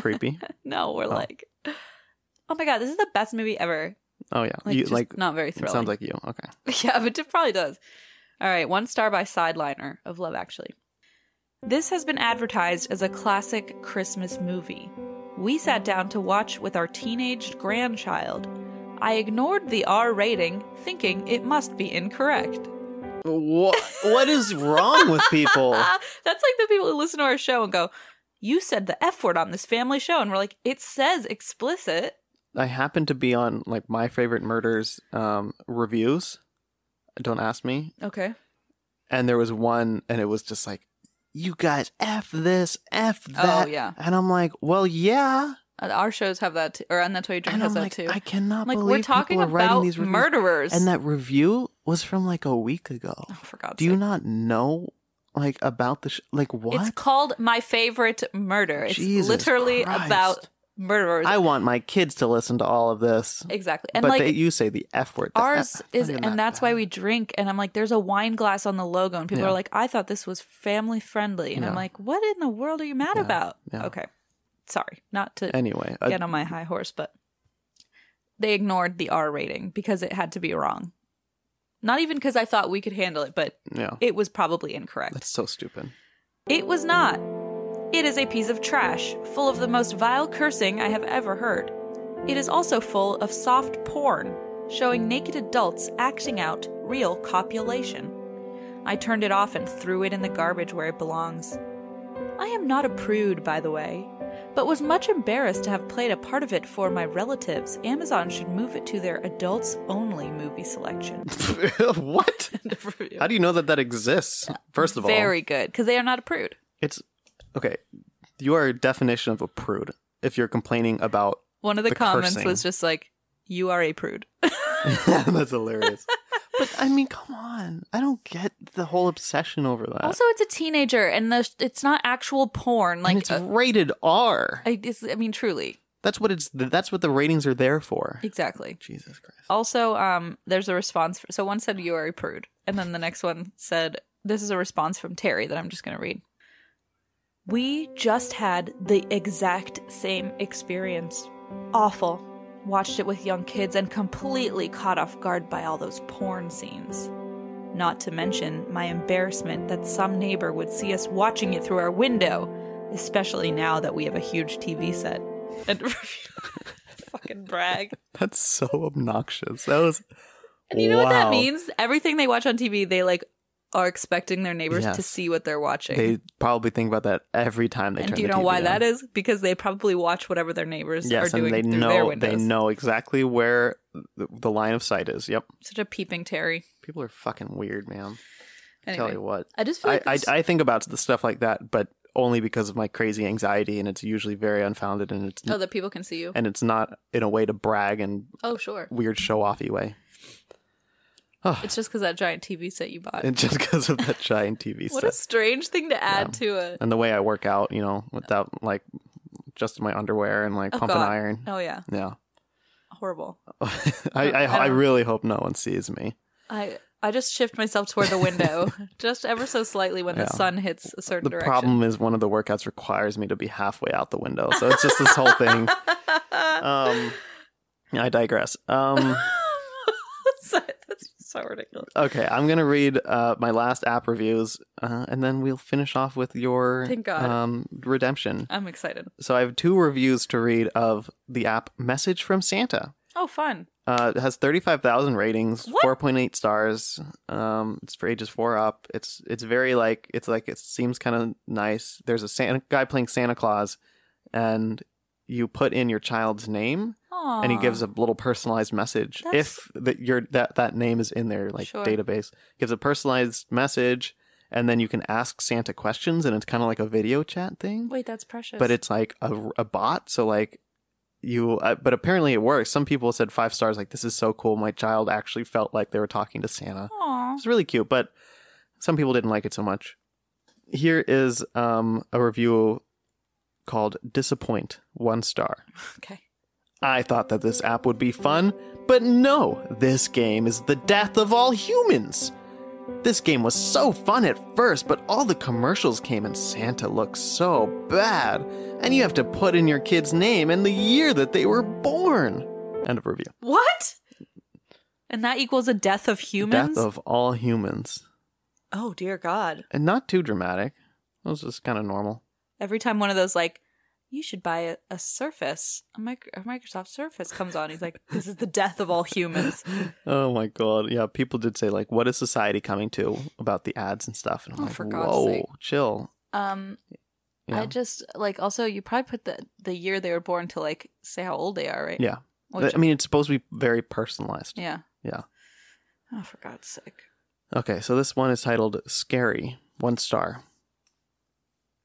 Creepy.
no, we're like, oh my god, this is the best movie ever.
Oh yeah,
Like,
you,
just
like
not very
it
thrilling.
sounds like you. Okay,
Yeah, but it probably does. All right, one star by Sideliner of Love Actually. This has been advertised as a classic Christmas movie. We sat down to watch with our teenaged grandchild. I ignored the R rating, thinking it must be incorrect.
what what is wrong with people?
Ah, that's like the people who listen to our show and go, You said the F word on this family show. And we're like, It says explicit.
I happen to be on like my favorite murders um, reviews. Don't ask me.
Okay.
and there was one and it was just like you guys f this f that
Oh, yeah.
and i'm like well yeah
Uh, Our shows have that, too, or and that's why you drink
and
has
i'm
that
like
too.
i cannot
like
believe
we're talking
people are
about
writing these reviews.
murderers.
and that review was from like a week ago
oh, for God's
do
sake.
you not know like about the sh- like what
It's called My Favorite Murder. It's
Jesus
literally
Christ.
about murderers.
i want my kids to listen to all of this
exactly. And
but
like
they, you say the f word the
ours
F-
is
fucking
and
that
that's why
bad.
we drink and I'm like there's a wine glass on the logo and people
Yeah.
are like I thought this was family friendly and I'm
Yeah.
like what in the world are you mad about?
yeah.
Okay. Sorry. Not to
anyway uh,
get on my high horse but they ignored the R rating because it had to be wrong. Not even cuz I thought we could handle it but
yeah
it was probably incorrect.
that's so stupid
It was not. It is a piece of trash, full of the most vile cursing I have ever heard. It is also full of soft porn, showing naked adults acting out real copulation. I turned it off and threw it in the garbage where it belongs. I am not a prude, by the way, but was much embarrassed to have played a part of it for my relatives. Amazon should move it to their adults only movie selection.
what how do you know that that exists first of all
Very good, because they are not a prude.
It's okay. You are a definition of a prude if you're complaining about.
One of the,
the
comments
cursing.
was just like, "You are a prude."
That's hilarious. but I mean, come on. I don't get the whole obsession over that.
also, it's a teenager, and the, it's not actual porn.
and
Like,
it's
uh,
rated R.
I, it's, I mean, truly,
That's what it's. That's what the ratings are there for.
exactly.
Jesus Christ.
Also, um, there's a response. For, so one said, "You are a prude," and then the next one said, "This is a response from Terry that I'm just going to read." We just had the exact same experience. Awful. Watched it with young kids and completely caught off guard by all those porn scenes. Not to mention my embarrassment that some neighbor would see us watching it through our window, especially now that we have a huge TV set. And fucking brag.
That's so obnoxious. That was.
And you know what that
Wow.
means? Everything they watch on TV, they like are expecting their neighbors to
Yes.
see what they're watching.
They probably think about that every time they
and
turn.
do you
the
know
TV
why
on.
that is? Because they probably watch whatever their neighbors
Yes,
are doing
and they
through their
know
windows.
they know exactly where th- the line of sight is. Yep,
Such a peeping Terry.
people are fucking weird, man.
Anyway,
Tell you what,
I just feel
I,
like
I,
this-
I think about the stuff like that, but only because of my crazy anxiety, and it's usually very unfounded, and it's
oh, that people can see you.
and it's not in a way to brag and
oh, sure.
weird show offy way.
It's just because that giant TV set you bought.
And just because of that giant TV
What a
set
strange thing to add to a.
and the way I work out, you know, without like just my underwear and like
Oh,
pumping
God.
iron.
Oh yeah,
Yeah,
horrible.
I I,
Oh, I
I
don't-
really hope no one sees me.
I I just shift myself toward the window, just ever so slightly when the
Yeah.
sun hits a certain
The
direction.
problem is one of the workouts requires me to be halfway out the window, so it's just this whole thing. Um, I digress. Um.
That's so ridiculous.
Okay, I'm gonna read uh, my last app reviews, uh, and then we'll finish off with your
Thank God.
Um, redemption.
I'm excited.
So I have two reviews to read of the app "Message from Santa."
Oh, fun.
Uh, it has 35,000 ratings,
What?
4.8 stars. Um, it's for ages four up. It's it's very like it's like it seems kind of nice. There's a Santa guy playing Santa Claus, and you put in your child's name and he gives a little personalized message
That's-
if that your that that name is in their like
Sure.
database gives a personalized message and then you can ask santa questions and it's kind of like a video chat thing
Wait, that's precious.
but it's like a, a bot so like you uh, but apparently it works some people said five stars like this is so cool my child actually felt like they were talking to santa
Aw.
it's really cute but some people didn't like it so much here is um, a review called disappoint one star
Okay.
I thought that this app would be fun, but no, this game is the death of all humans. This game was so fun at first, but all the commercials came and Santa looked so bad. And you have to put in your kid's name and the year that they were born. End of review.
What? And that equals a death of humans?
Death of all humans.
oh dear God.
And not too dramatic. It was just kind of normal.
Every time one of those like you should buy a, a Surface, a, mic- a Microsoft Surface comes on. He's like, "This is the death of all humans."
Oh my god. Yeah, people did say, like, what is society coming to about the ads and stuff? And I'm
Oh,
like,
for God's
whoa,
sake."
chill.
Um,
Yeah.
I just like also you probably put the the year they were born to like say how old they are, right?
yeah.
Which-
I mean, it's supposed to be very personalized.
yeah.
Yeah.
Oh, for God's sake.
Okay, so this one is titled Scary, one star.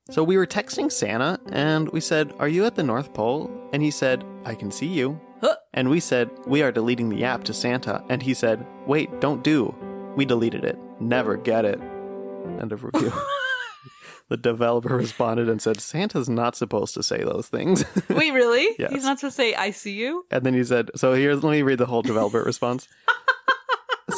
So we were texting Santa and we said, Are you at the North Pole? And he said, I can see you.
Huh.
And we said, We are deleting the app to Santa. And he said, Wait, don't do. We deleted it. Never get it. End of review. the developer responded and said, Santa's not supposed to say those things.
Wait, really?
Yes.
He's not supposed to say "I see you."
And then he said, So here's, let me read the whole developer response.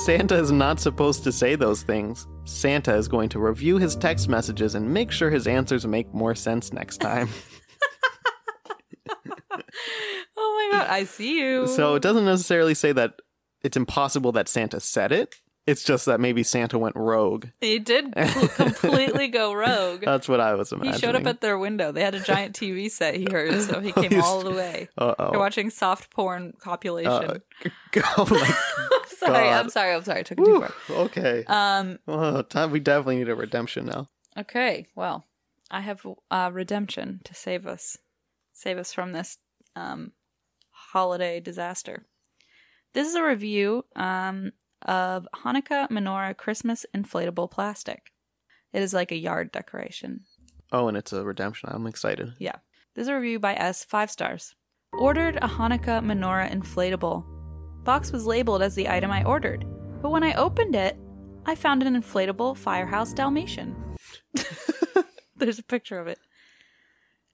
Santa is not supposed to say those things. Santa is going to review his text messages and make sure his answers make more sense next time.
Oh my God, I see you.
so it doesn't necessarily say that it's impossible that Santa said it. It's just that maybe Santa went rogue.
He did co- completely go rogue.
That's what I was
He
imagining. Oh,
showed up at their window. They had a giant TV set, he heard, so he came
he's-
all the way.
Uh-oh.
They're watching soft porn copulation.
oh my
sorry,
God.
I'm sorry, I'm sorry. I took it too far.
Okay.
Um,
Oh, time, we definitely need a redemption now.
okay, well, I have uh, redemption to save us. Save us from this um, holiday disaster. This is a review um, of Hanukkah menorah Christmas inflatable plastic. It is like a yard decoration.
Oh, and it's a redemption. I'm excited.
Yeah. This is a review by S, five stars. Ordered a Hanukkah menorah inflatable. Box was labeled as the item I ordered, but when I opened it, I found an inflatable firehouse Dalmatian. There's a picture of it.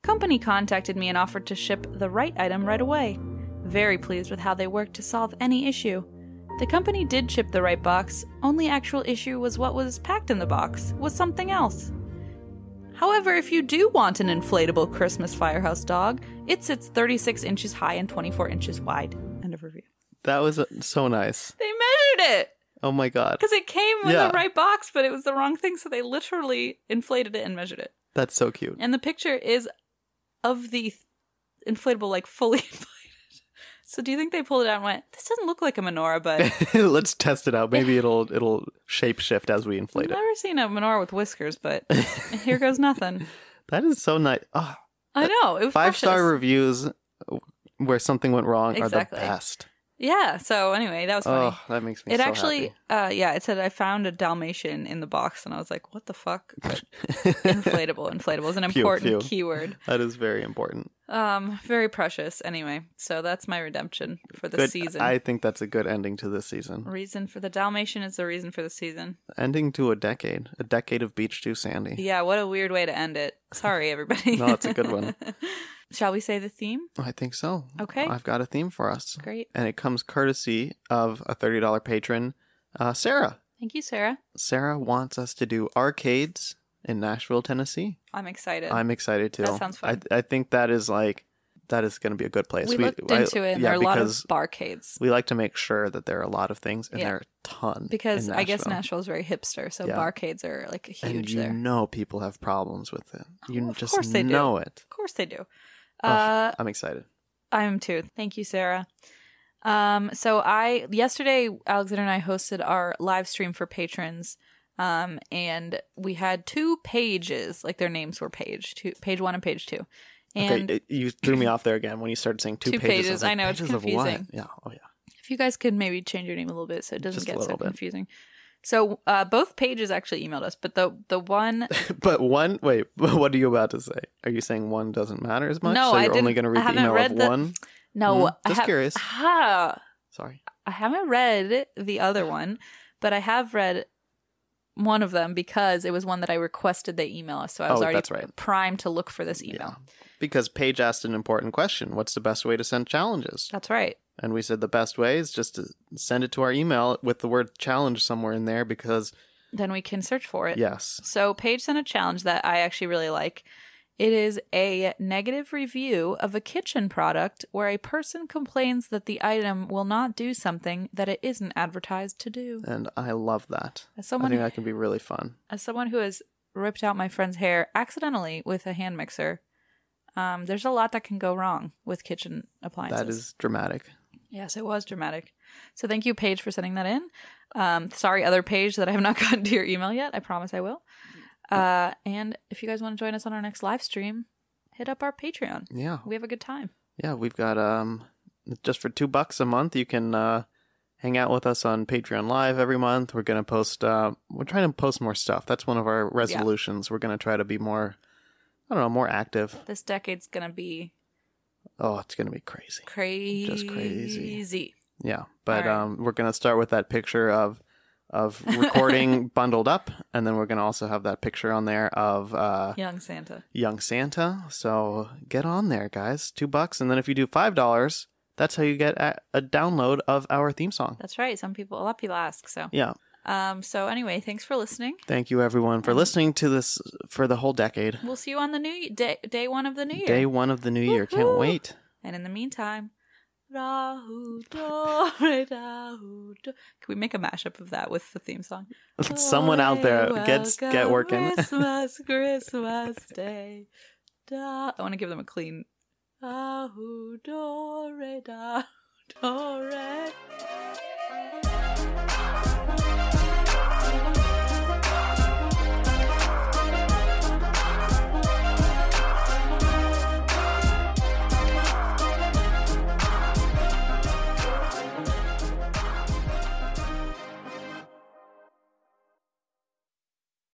Company contacted me and offered to ship the right item right away. Very pleased with how they worked to solve any issue. The company did ship the right box, only actual issue was what was packed in the box was something else. However, if you do want an inflatable Christmas firehouse dog, it sits 36 inches high and 24 inches wide. End of review.
That was uh, so nice.
They measured it
Oh my God.
because it came with
Yeah.
the right box, but it was the wrong thing, so they literally inflated it and measured it.
That's so cute.
And the picture is of the th- inflatable, like fully inflated. So do you think they pulled it out and went, "This doesn't look like a menorah"? But I've
Let's test it out. Maybe it'll it'll shape shift as we inflate it.
never seen a menorah with whiskers, but here goes nothing.
That is so nice. Oh,
I know it was
five
precious.
star reviews where something went wrong
Exactly.
are the best.
Yeah. So anyway, that was funny.
Oh, that makes me.
It
so
actually, uh, yeah, it said I found a Dalmatian in the box, and I was like, "What the fuck?" But
happy.
inflatable, inflatable is an
Pew,
important
pew.
keyword.
that is very important.
Um, very precious. Anyway, so that's my redemption for the
Good.
season.
I think that's a good ending to this season.
Reason for the Dalmatian is the reason for the season.
Ending to a decade, a decade of Beach Too Sandy.
Yeah, what a weird way to end it. Sorry, everybody.
No, it's a good one.
Shall we say the theme?
I think so.
Okay.
I've got a theme for us,
Great.
and it comes courtesy of a thirty dollar patron, uh, Sarah.
Thank you, Sarah.
Sarah wants us to do arcades in Nashville, Tennessee.
I'm excited.
I'm excited too.
That sounds fun.
I, I think that is like that is going to be a good place.
we, looked
I-
into it. And
yeah,
there are a lot of
because
barcades
we like to make sure that there are a lot of things, and
Yeah.
there are a ton.
because
in
I guess
Nashville.
Nashville's very hipster, so
Yeah.
barcades are like huge
and you
there.
know people have problems with it. You
Oh, of
just
course they do.
know it.
Of course they do.
Ugh,
Uh,
I'm excited.
I am too. Thank you, Sarah. Um, so I yesterday Alexander and I hosted our live stream for patrons. Um, and we had two pages, like their names were page two, page one and page two. And
okay, you threw me off there again when you started saying two,
Two
pages.
pages,
was like,
I know, it's
"Pages of what?"
confusing.
Yeah, oh yeah.
if you guys could maybe change your name a little bit so it doesn't
Just a
get so
little bit.
confusing. So uh, both pages actually emailed us, but the the one
But one, wait, what are you about to say? Are you saying one doesn't matter as much?
No,
so
I
you're only
didn't-
going to
I
read the
haven't
email
read
of
the-
one?
no,
Mm, just curious.
Ha,
Sorry.
I haven't read the other one, but I have read one of them because it was one that I requested they email us. So I was
Oh,
already
that's right.
primed to look for this email.
Because Paige asked an important question What's the best way to send challenges?
That's right.
And we said the best way is just to send it to our email with the word challenge somewhere in there because,
Then we can search for it.
yes.
So Paige sent a challenge that I actually really like. It is a negative review of a kitchen product where a person complains that the item will not do something that it isn't advertised to do.
And I love that.
As someone-
I think that can be really fun.
As someone who has ripped out my friend's hair accidentally with a hand mixer, um, there's a lot that can go wrong with kitchen appliances.
That is dramatic.
Yes, it was dramatic. So thank you, Paige, for sending that in. Um, sorry, other Paige, that I have not gotten to your email yet. I promise I will. Uh, and if you guys want to join us on our next live stream, hit up our Patreon.
Yeah.
We have a good time.
Yeah, we've got um just for two bucks a month you can uh hang out with us on Patreon Live every month. We're gonna post uh we're trying to post more stuff. That's one of our resolutions. We're gonna try to be more I don't know, more active.
This decade's gonna be
Oh, it's gonna be crazy.
crazy.
crazy. Yeah. But
All right.
um we're gonna start with that picture of of recording bundled up, and then we're gonna also have that picture on there of uh
Young Santa.
Young Santa. So get on there, guys. Two bucks. And then if you do five dollars, that's how you get a, a download of our theme song.
That's right. Some people, a lot of people ask. So,
Yeah.
um, so anyway, thanks for listening.
Thank you, everyone, for listening to this for the whole decade.
We'll see you on the new y- day, day one of the new year.
Day one of the new year. Can't
Woohoo!
wait.
And in the meantime, Rahu do re Rahu do. Can we make a mashup of that with the theme song?
Someone out there
Hey,
gets get
welcome
working.
Christmas, Christmas Day. Da. I want to give them a clean. Rahu do re Rahu do re.